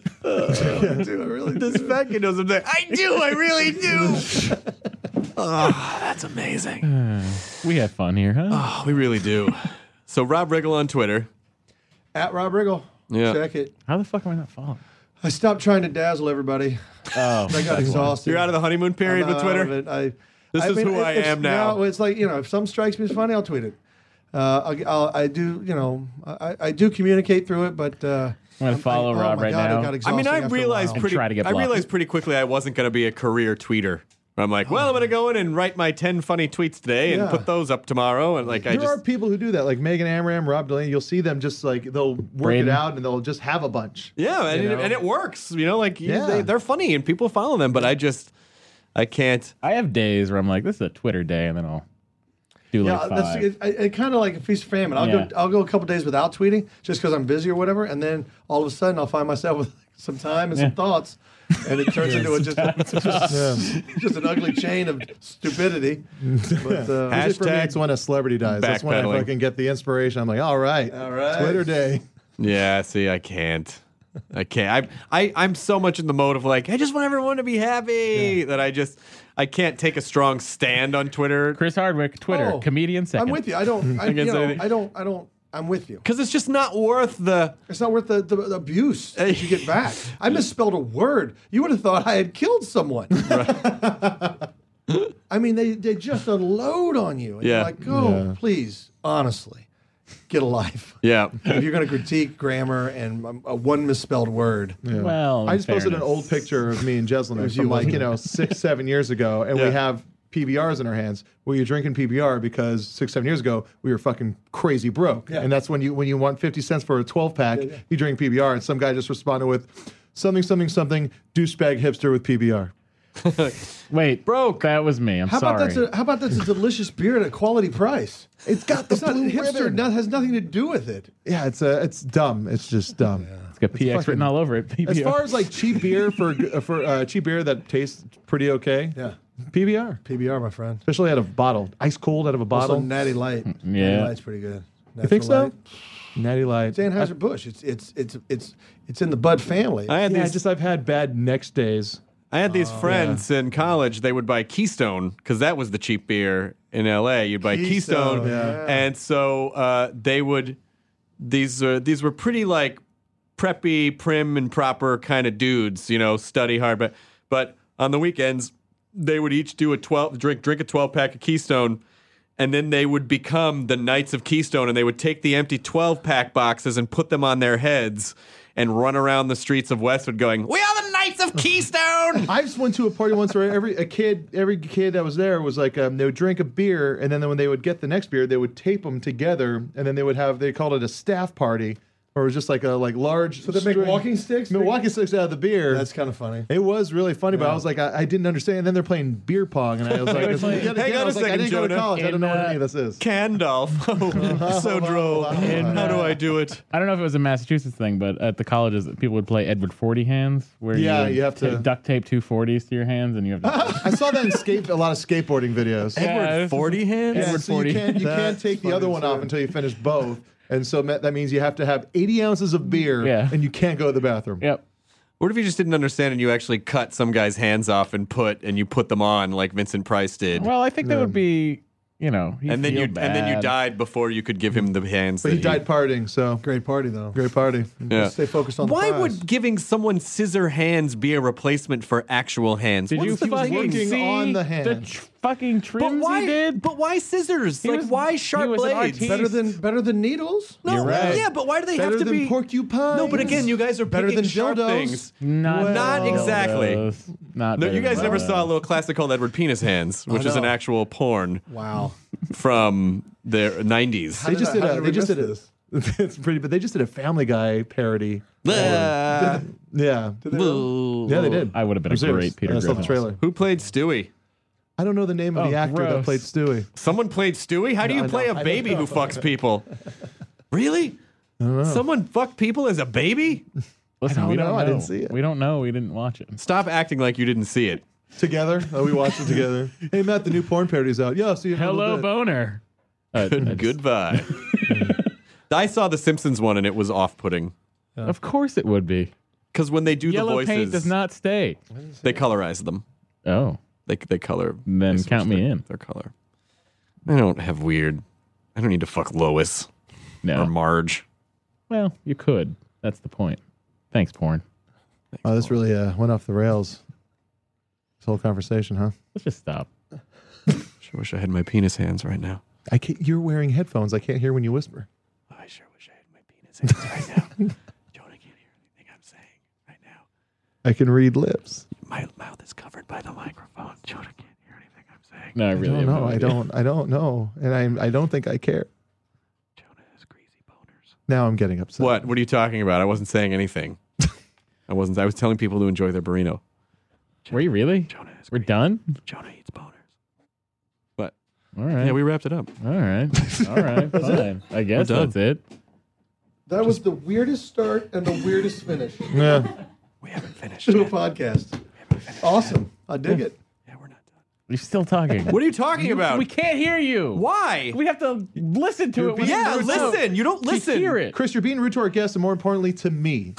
[SPEAKER 5] Dude, I really
[SPEAKER 1] This fat kid knows what I'm talking. I do. I really do. oh, that's amazing.
[SPEAKER 3] We have
[SPEAKER 1] Ah.
[SPEAKER 3] fun here, huh?
[SPEAKER 1] Oh, we really do. So Rob Riggle on Twitter.
[SPEAKER 5] At Rob Riggle.
[SPEAKER 1] Yeah.
[SPEAKER 5] Check it.
[SPEAKER 3] How the fuck am I not following?
[SPEAKER 5] I stopped trying to dazzle everybody.
[SPEAKER 3] Oh,
[SPEAKER 5] I got exhausted.
[SPEAKER 1] You're out of the honeymoon period
[SPEAKER 5] I'm
[SPEAKER 1] with
[SPEAKER 5] out of
[SPEAKER 1] Twitter.
[SPEAKER 5] it. I,
[SPEAKER 1] This
[SPEAKER 5] I
[SPEAKER 1] is who I
[SPEAKER 5] it's-
[SPEAKER 1] am now.
[SPEAKER 5] It's like you know, if something strikes me as funny, I'll tweet it. Uh, I, I'll, I do, you know, I, I do communicate through it, but uh,
[SPEAKER 3] I'm gonna follow
[SPEAKER 5] like,
[SPEAKER 3] Rob
[SPEAKER 5] oh my
[SPEAKER 3] right
[SPEAKER 5] God,
[SPEAKER 3] now.
[SPEAKER 5] I, got
[SPEAKER 3] I mean,
[SPEAKER 5] exhausted
[SPEAKER 1] I mean, I
[SPEAKER 5] after a
[SPEAKER 1] realized
[SPEAKER 5] while.
[SPEAKER 1] pretty.
[SPEAKER 3] try to get
[SPEAKER 1] I
[SPEAKER 3] blocked.
[SPEAKER 1] realized pretty quickly I wasn't going to be a career tweeter. I'm like, well, I'm going to go in and write my ten funny tweets today and
[SPEAKER 5] Yeah.
[SPEAKER 1] put those up tomorrow. And like, I
[SPEAKER 4] there
[SPEAKER 1] just
[SPEAKER 4] are people who do that, like Megan Amram, Rob Delaney. You'll see them just like they'll work
[SPEAKER 3] Braden.
[SPEAKER 4] it out and they'll just have a bunch.
[SPEAKER 1] Yeah, and,
[SPEAKER 4] you
[SPEAKER 1] it,
[SPEAKER 4] know?
[SPEAKER 1] and it works. You know, like you-
[SPEAKER 4] Yeah.
[SPEAKER 1] they, they're funny and people follow them, but I just I can't.
[SPEAKER 3] I have days where I'm like, this is a Twitter day, and then I'll do
[SPEAKER 5] Yeah,
[SPEAKER 3] like
[SPEAKER 5] that's
[SPEAKER 3] five.
[SPEAKER 5] it, it, kind of like a feast of famine. I'll
[SPEAKER 3] Yeah.
[SPEAKER 5] go, I'll go a couple days without tweeting just because I'm busy or whatever, and then all of a sudden I'll find myself with some time and some
[SPEAKER 3] Yeah.
[SPEAKER 5] thoughts, and it turns into a, just a, just, just an ugly chain of stupidity. But, uh,
[SPEAKER 4] Usually for me,
[SPEAKER 1] Hashtag
[SPEAKER 4] it's when a celebrity dies. That's when
[SPEAKER 1] backpedaling.
[SPEAKER 4] I fucking get the inspiration. I'm like, all right, all
[SPEAKER 5] right.
[SPEAKER 4] Twitter day.
[SPEAKER 1] Yeah, see, I can't. I can't. I, I I'm so much in the mode of like I just want everyone to be happy that I just I can't take a strong stand on Twitter
[SPEAKER 3] Chris Hardwick, Twitter,
[SPEAKER 5] Oh,
[SPEAKER 3] comedian second.
[SPEAKER 5] I'm with you. I don't. I, you
[SPEAKER 1] Against
[SPEAKER 5] know,
[SPEAKER 1] anything.
[SPEAKER 5] I don't. I don't. I'm with you.
[SPEAKER 1] because it's just not worth the.
[SPEAKER 5] It's not worth the, the, the abuse that you get back. I misspelled a word. You would have thought I had killed someone. I mean, they, they just unload on you. And
[SPEAKER 1] Yeah.
[SPEAKER 5] You're like, go, please, honestly, get a life.
[SPEAKER 1] Yeah,
[SPEAKER 5] If you're going to critique grammar and um, a one misspelled word,
[SPEAKER 4] Yeah.
[SPEAKER 3] Well,
[SPEAKER 4] I
[SPEAKER 3] in
[SPEAKER 4] just posted an
[SPEAKER 3] fairness.
[SPEAKER 4] old picture of me and Jeslyn
[SPEAKER 5] you,
[SPEAKER 4] from like you know six seven years ago, and
[SPEAKER 1] Yeah.
[SPEAKER 4] we have PBRs in our hands. Well, you're drinking PBR because six seven years ago we were fucking crazy broke,
[SPEAKER 5] Yeah.
[SPEAKER 4] and that's when you when you want fifty cents for a twelve pack, you drink PBR, and some guy just responded with something something something douchebag hipster with PBR.
[SPEAKER 3] Wait,
[SPEAKER 1] Broke.
[SPEAKER 3] That was me. I'm
[SPEAKER 5] how
[SPEAKER 3] sorry.
[SPEAKER 5] about that's a, how about that's a delicious beer at a quality price?
[SPEAKER 4] It's got the
[SPEAKER 5] It's not
[SPEAKER 4] blue
[SPEAKER 5] hipster.
[SPEAKER 4] ribbon.
[SPEAKER 5] Not, has nothing to do with it.
[SPEAKER 4] Yeah, it's uh, it's dumb. It's just dumb.
[SPEAKER 3] it's got PX written
[SPEAKER 4] fucking-
[SPEAKER 3] all over it. PBR.
[SPEAKER 4] As far as like cheap beer for for uh, cheap beer that tastes pretty okay,
[SPEAKER 5] Yeah.
[SPEAKER 4] PBR,
[SPEAKER 5] PBR, my friend.
[SPEAKER 4] especially out of bottle, ice cold out of a
[SPEAKER 5] Also,
[SPEAKER 4] bottle.
[SPEAKER 5] Natty Light. Natty
[SPEAKER 3] yeah.
[SPEAKER 5] Light's pretty good.
[SPEAKER 4] you think
[SPEAKER 5] Natural
[SPEAKER 4] so?
[SPEAKER 5] Light.
[SPEAKER 4] Natty Light.
[SPEAKER 5] Anheuser Busch. It's it's it's it's it's in the Bud family.
[SPEAKER 1] I had
[SPEAKER 4] Yeah,
[SPEAKER 1] these
[SPEAKER 4] just I've had bad next days.
[SPEAKER 1] I had
[SPEAKER 5] Oh,
[SPEAKER 1] these friends in college. They would buy Keystone because that was the cheap beer in L.A. You'd buy Keystone,
[SPEAKER 5] Keystone, yeah.
[SPEAKER 1] and so uh, they would. These uh, these were pretty like preppy, prim and proper kind of dudes, you know, study hard, but but on the weekends they would each do a twelve drink drink a twelve pack of Keystone. And then they would become the Knights of Keystone, and they would take the empty 12 pack boxes and put them on their heads and run around the streets of Westwood going, We are the Knights of Keystone!
[SPEAKER 4] I just went to a party once where every a kid, every kid that was there was like um, they would drink a beer, and then when they would get the next beer, they would tape them together, and then they would have they called it a staff party, or it was just like a like large. So
[SPEAKER 5] they make walking sticks?
[SPEAKER 4] walking sticks out of the beer.
[SPEAKER 5] That's kind of funny.
[SPEAKER 4] It was really funny, but I was like, I, I didn't understand. And then they're playing beer pong, and I was like, this- yet
[SPEAKER 1] Hang
[SPEAKER 4] again,
[SPEAKER 1] on
[SPEAKER 4] I
[SPEAKER 1] a
[SPEAKER 4] was like, I
[SPEAKER 1] second,
[SPEAKER 4] didn't go to
[SPEAKER 1] Jonah.
[SPEAKER 4] college. I
[SPEAKER 3] In,
[SPEAKER 4] don't know what
[SPEAKER 3] uh,
[SPEAKER 4] any of this is.
[SPEAKER 1] Candolph. Oh, so droll. How do I do it?
[SPEAKER 3] I don't know if it was a Massachusetts thing, but at the colleges, people would play Edward Forty Hands, where
[SPEAKER 4] Yeah,
[SPEAKER 3] would
[SPEAKER 4] you have
[SPEAKER 3] ta-
[SPEAKER 4] to-
[SPEAKER 3] duct tape two 40s to your hands, and you have to.
[SPEAKER 4] I saw that in skate, a lot of skateboarding videos.
[SPEAKER 3] Yeah, this is-
[SPEAKER 1] hands?
[SPEAKER 3] Yeah.
[SPEAKER 4] Yeah,
[SPEAKER 3] Edward
[SPEAKER 4] so
[SPEAKER 3] 40.
[SPEAKER 4] you can't you can't
[SPEAKER 5] That's
[SPEAKER 4] take the other
[SPEAKER 5] funny,
[SPEAKER 4] one
[SPEAKER 5] too.
[SPEAKER 4] off until you finish both, and so ma- that means you have to have 80 ounces of beer,
[SPEAKER 3] Yeah.
[SPEAKER 4] and you can't go to the bathroom.
[SPEAKER 3] Yep.
[SPEAKER 1] What if you just didn't understand and you actually cut some guy's hands off and put and you put them on like Vincent Price did?
[SPEAKER 3] Well, I think that would be, you know, he'd
[SPEAKER 1] and then
[SPEAKER 3] feel
[SPEAKER 1] you and then you
[SPEAKER 3] bad.
[SPEAKER 1] died before you could give him the hands.
[SPEAKER 4] But
[SPEAKER 1] that
[SPEAKER 4] he died partying, so great,
[SPEAKER 5] Great party though.
[SPEAKER 4] great party.
[SPEAKER 1] Yeah.
[SPEAKER 5] Stay focused on. The
[SPEAKER 1] Why
[SPEAKER 5] prize.
[SPEAKER 1] would giving someone scissor hands be a replacement for actual hands?
[SPEAKER 3] Did you
[SPEAKER 4] What's the
[SPEAKER 3] fucking
[SPEAKER 4] fucking
[SPEAKER 3] see
[SPEAKER 4] on the
[SPEAKER 3] The
[SPEAKER 4] hand?
[SPEAKER 3] tr- fucking trims
[SPEAKER 1] but why?
[SPEAKER 3] he did?
[SPEAKER 1] But why scissors?
[SPEAKER 3] He
[SPEAKER 1] like
[SPEAKER 3] was-
[SPEAKER 1] why
[SPEAKER 3] he
[SPEAKER 1] sharp
[SPEAKER 3] was an
[SPEAKER 1] blades?
[SPEAKER 3] artiste.
[SPEAKER 5] better than better than needles?
[SPEAKER 1] No,
[SPEAKER 4] You're right.
[SPEAKER 1] yeah, but why do they
[SPEAKER 4] Better
[SPEAKER 1] have to
[SPEAKER 4] than
[SPEAKER 1] be
[SPEAKER 4] porcupines.
[SPEAKER 1] No, but again, you guys are
[SPEAKER 4] Better
[SPEAKER 1] picking
[SPEAKER 4] than
[SPEAKER 1] sharp
[SPEAKER 4] dildos.
[SPEAKER 1] things.
[SPEAKER 3] Not,
[SPEAKER 1] Not exactly.
[SPEAKER 3] dildos. Not
[SPEAKER 1] No,
[SPEAKER 3] better
[SPEAKER 1] you guys
[SPEAKER 3] than
[SPEAKER 1] never
[SPEAKER 3] dildos.
[SPEAKER 1] saw a little classic called Edward Penis Hands, which is an actual porn
[SPEAKER 5] Wow.
[SPEAKER 1] from the 90s.
[SPEAKER 4] they just
[SPEAKER 5] did
[SPEAKER 4] did
[SPEAKER 5] I- how
[SPEAKER 4] a
[SPEAKER 5] did
[SPEAKER 4] they
[SPEAKER 5] we
[SPEAKER 4] just
[SPEAKER 5] miss
[SPEAKER 4] did a, it's pretty, but they just did a Family Guy parody.
[SPEAKER 1] Uh,
[SPEAKER 4] Yeah, yeah, they did.
[SPEAKER 3] I would have been a
[SPEAKER 4] I'm serious.
[SPEAKER 3] great Peter
[SPEAKER 4] I saw the
[SPEAKER 3] Griffin.
[SPEAKER 4] trailer.
[SPEAKER 1] who played Stewie?
[SPEAKER 4] I don't know the name of
[SPEAKER 3] Oh,
[SPEAKER 4] the actor
[SPEAKER 3] gross.
[SPEAKER 4] that played Stewie.
[SPEAKER 1] Someone played Stewie? How do you
[SPEAKER 4] I know.
[SPEAKER 1] play
[SPEAKER 4] I
[SPEAKER 1] a
[SPEAKER 4] don't
[SPEAKER 1] baby who fucks people? really? Someone fucked people as a baby?
[SPEAKER 3] Listen,
[SPEAKER 4] don't
[SPEAKER 3] we don't
[SPEAKER 4] know.
[SPEAKER 3] know.
[SPEAKER 4] I didn't see it.
[SPEAKER 3] We don't know. We didn't watch it.
[SPEAKER 1] Stop acting like you didn't see it.
[SPEAKER 4] Together, uh, we watched it together. Hey Matt, the new porn parody's out. Yeah, I'll see you. in a little
[SPEAKER 3] Hello,
[SPEAKER 4] bit.
[SPEAKER 3] boner. Uh, I just-
[SPEAKER 1] Goodbye. I saw the Simpsons one and it was off-putting
[SPEAKER 3] Of course it would be.
[SPEAKER 1] because when they do
[SPEAKER 3] Yellow
[SPEAKER 1] the
[SPEAKER 3] paint
[SPEAKER 1] voices,
[SPEAKER 3] does not stay.
[SPEAKER 1] they colorize them.
[SPEAKER 3] Oh,
[SPEAKER 1] They they color.
[SPEAKER 3] Then
[SPEAKER 1] they switch
[SPEAKER 3] count me
[SPEAKER 1] their-
[SPEAKER 3] in.
[SPEAKER 1] Their color. I don't have weird. I don't need to fuck Lois
[SPEAKER 3] no.
[SPEAKER 1] or Marge.
[SPEAKER 3] well, you could. That's the point. Thanks, porn.
[SPEAKER 4] Wow, this really uh, went off the rails. This whole conversation, huh?
[SPEAKER 3] Let's just stop.
[SPEAKER 7] Sure wish I had my penis hands right now.
[SPEAKER 4] I can't, you're wearing headphones. I can't hear when you whisper.
[SPEAKER 7] I sure wish I had my penis hands right now. Jonah can't hear anything I'm saying right now.
[SPEAKER 4] I can read lips.
[SPEAKER 7] My mouth is covered by the microphone. Jonah can't hear anything I'm saying.
[SPEAKER 3] No, I really
[SPEAKER 4] I
[SPEAKER 3] have
[SPEAKER 4] don't know.
[SPEAKER 3] no
[SPEAKER 4] I
[SPEAKER 3] idea.
[SPEAKER 4] don't. I don't know. And I I don't think I care.
[SPEAKER 7] Jonah has greasy boners.
[SPEAKER 4] Now I'm getting upset.
[SPEAKER 7] What? What are you talking about? I wasn't saying anything. I wasn't. I was telling people to enjoy their burrito.
[SPEAKER 3] Were you really?
[SPEAKER 7] Jonah has
[SPEAKER 3] We're
[SPEAKER 7] greasy-
[SPEAKER 3] done.
[SPEAKER 7] Jonah eats boners.
[SPEAKER 3] All right.
[SPEAKER 7] Yeah, we wrapped it up.
[SPEAKER 3] All right. All right. Fine. I guess
[SPEAKER 7] We're done.
[SPEAKER 3] that's it.
[SPEAKER 5] That was the weirdest start and the weirdest finish
[SPEAKER 4] Yeah.
[SPEAKER 7] We haven't finished.
[SPEAKER 5] to a
[SPEAKER 7] yet.
[SPEAKER 5] podcast. Awesome. I dig it.
[SPEAKER 7] Yeah, we're not done.
[SPEAKER 3] You're still talking.
[SPEAKER 7] What are you talking about?
[SPEAKER 3] we can't hear you.
[SPEAKER 7] Why?
[SPEAKER 3] We have to listen to it. when
[SPEAKER 7] yeah,
[SPEAKER 3] it's out.
[SPEAKER 7] listen. You don't
[SPEAKER 3] To
[SPEAKER 7] listen.
[SPEAKER 3] hear it.
[SPEAKER 4] Chris, you're being rude to our guests, and more importantly, to me.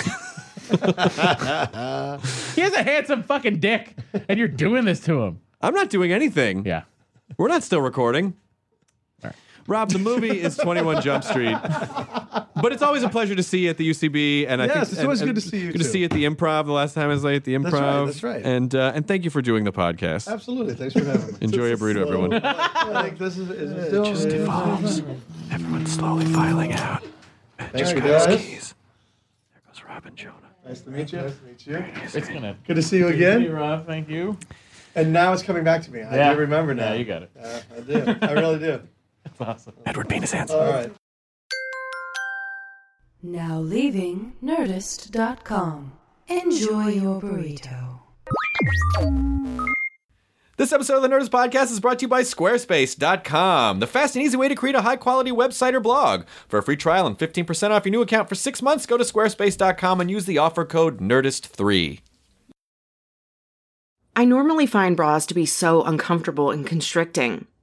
[SPEAKER 3] He has a handsome fucking dick, and you're doing this to him.
[SPEAKER 7] I'm not doing anything.
[SPEAKER 3] Yeah.
[SPEAKER 7] We're not still recording. Rob, the movie is 21 Jump Street. But it's always a pleasure to see you at the UCB. And I
[SPEAKER 5] Yes,
[SPEAKER 7] think
[SPEAKER 5] it's
[SPEAKER 7] and-
[SPEAKER 5] always
[SPEAKER 7] and
[SPEAKER 5] good to see you,
[SPEAKER 7] Good to
[SPEAKER 5] too.
[SPEAKER 7] see you at the improv. The last time I was late at the improv.
[SPEAKER 5] right, that's right.
[SPEAKER 7] And, uh, and thank you for doing the podcast.
[SPEAKER 5] Absolutely. Thanks for having me.
[SPEAKER 7] Enjoy your burrito, everyone.
[SPEAKER 5] Like, this is, is it still,
[SPEAKER 7] just devolves. Everyone's slowly filing out. Matt just
[SPEAKER 5] you,
[SPEAKER 7] got his
[SPEAKER 5] guys.
[SPEAKER 7] keys. There goes Rob and Jonah.
[SPEAKER 5] Nice to meet you. Nice to meet you.
[SPEAKER 3] It's gonna.
[SPEAKER 5] Good to see you again.
[SPEAKER 3] Rob. Thank you.
[SPEAKER 5] And now it's coming back to me. I do remember now.
[SPEAKER 3] Yeah, you got it.
[SPEAKER 5] Uh, I do. I really do.
[SPEAKER 3] That's awesome.
[SPEAKER 7] Edward Penis Hands.
[SPEAKER 5] All right.
[SPEAKER 2] Now leaving Nerdist.com. Enjoy your burrito.
[SPEAKER 1] This episode of the Nerdist Podcast is brought to you by Squarespace.com, the fast and easy way to create a high quality website or blog. For a free trial and 15% off your new account for six months, go to Squarespace.com and use the offer code Nerdist3.
[SPEAKER 10] I normally find bras to be so uncomfortable and constricting,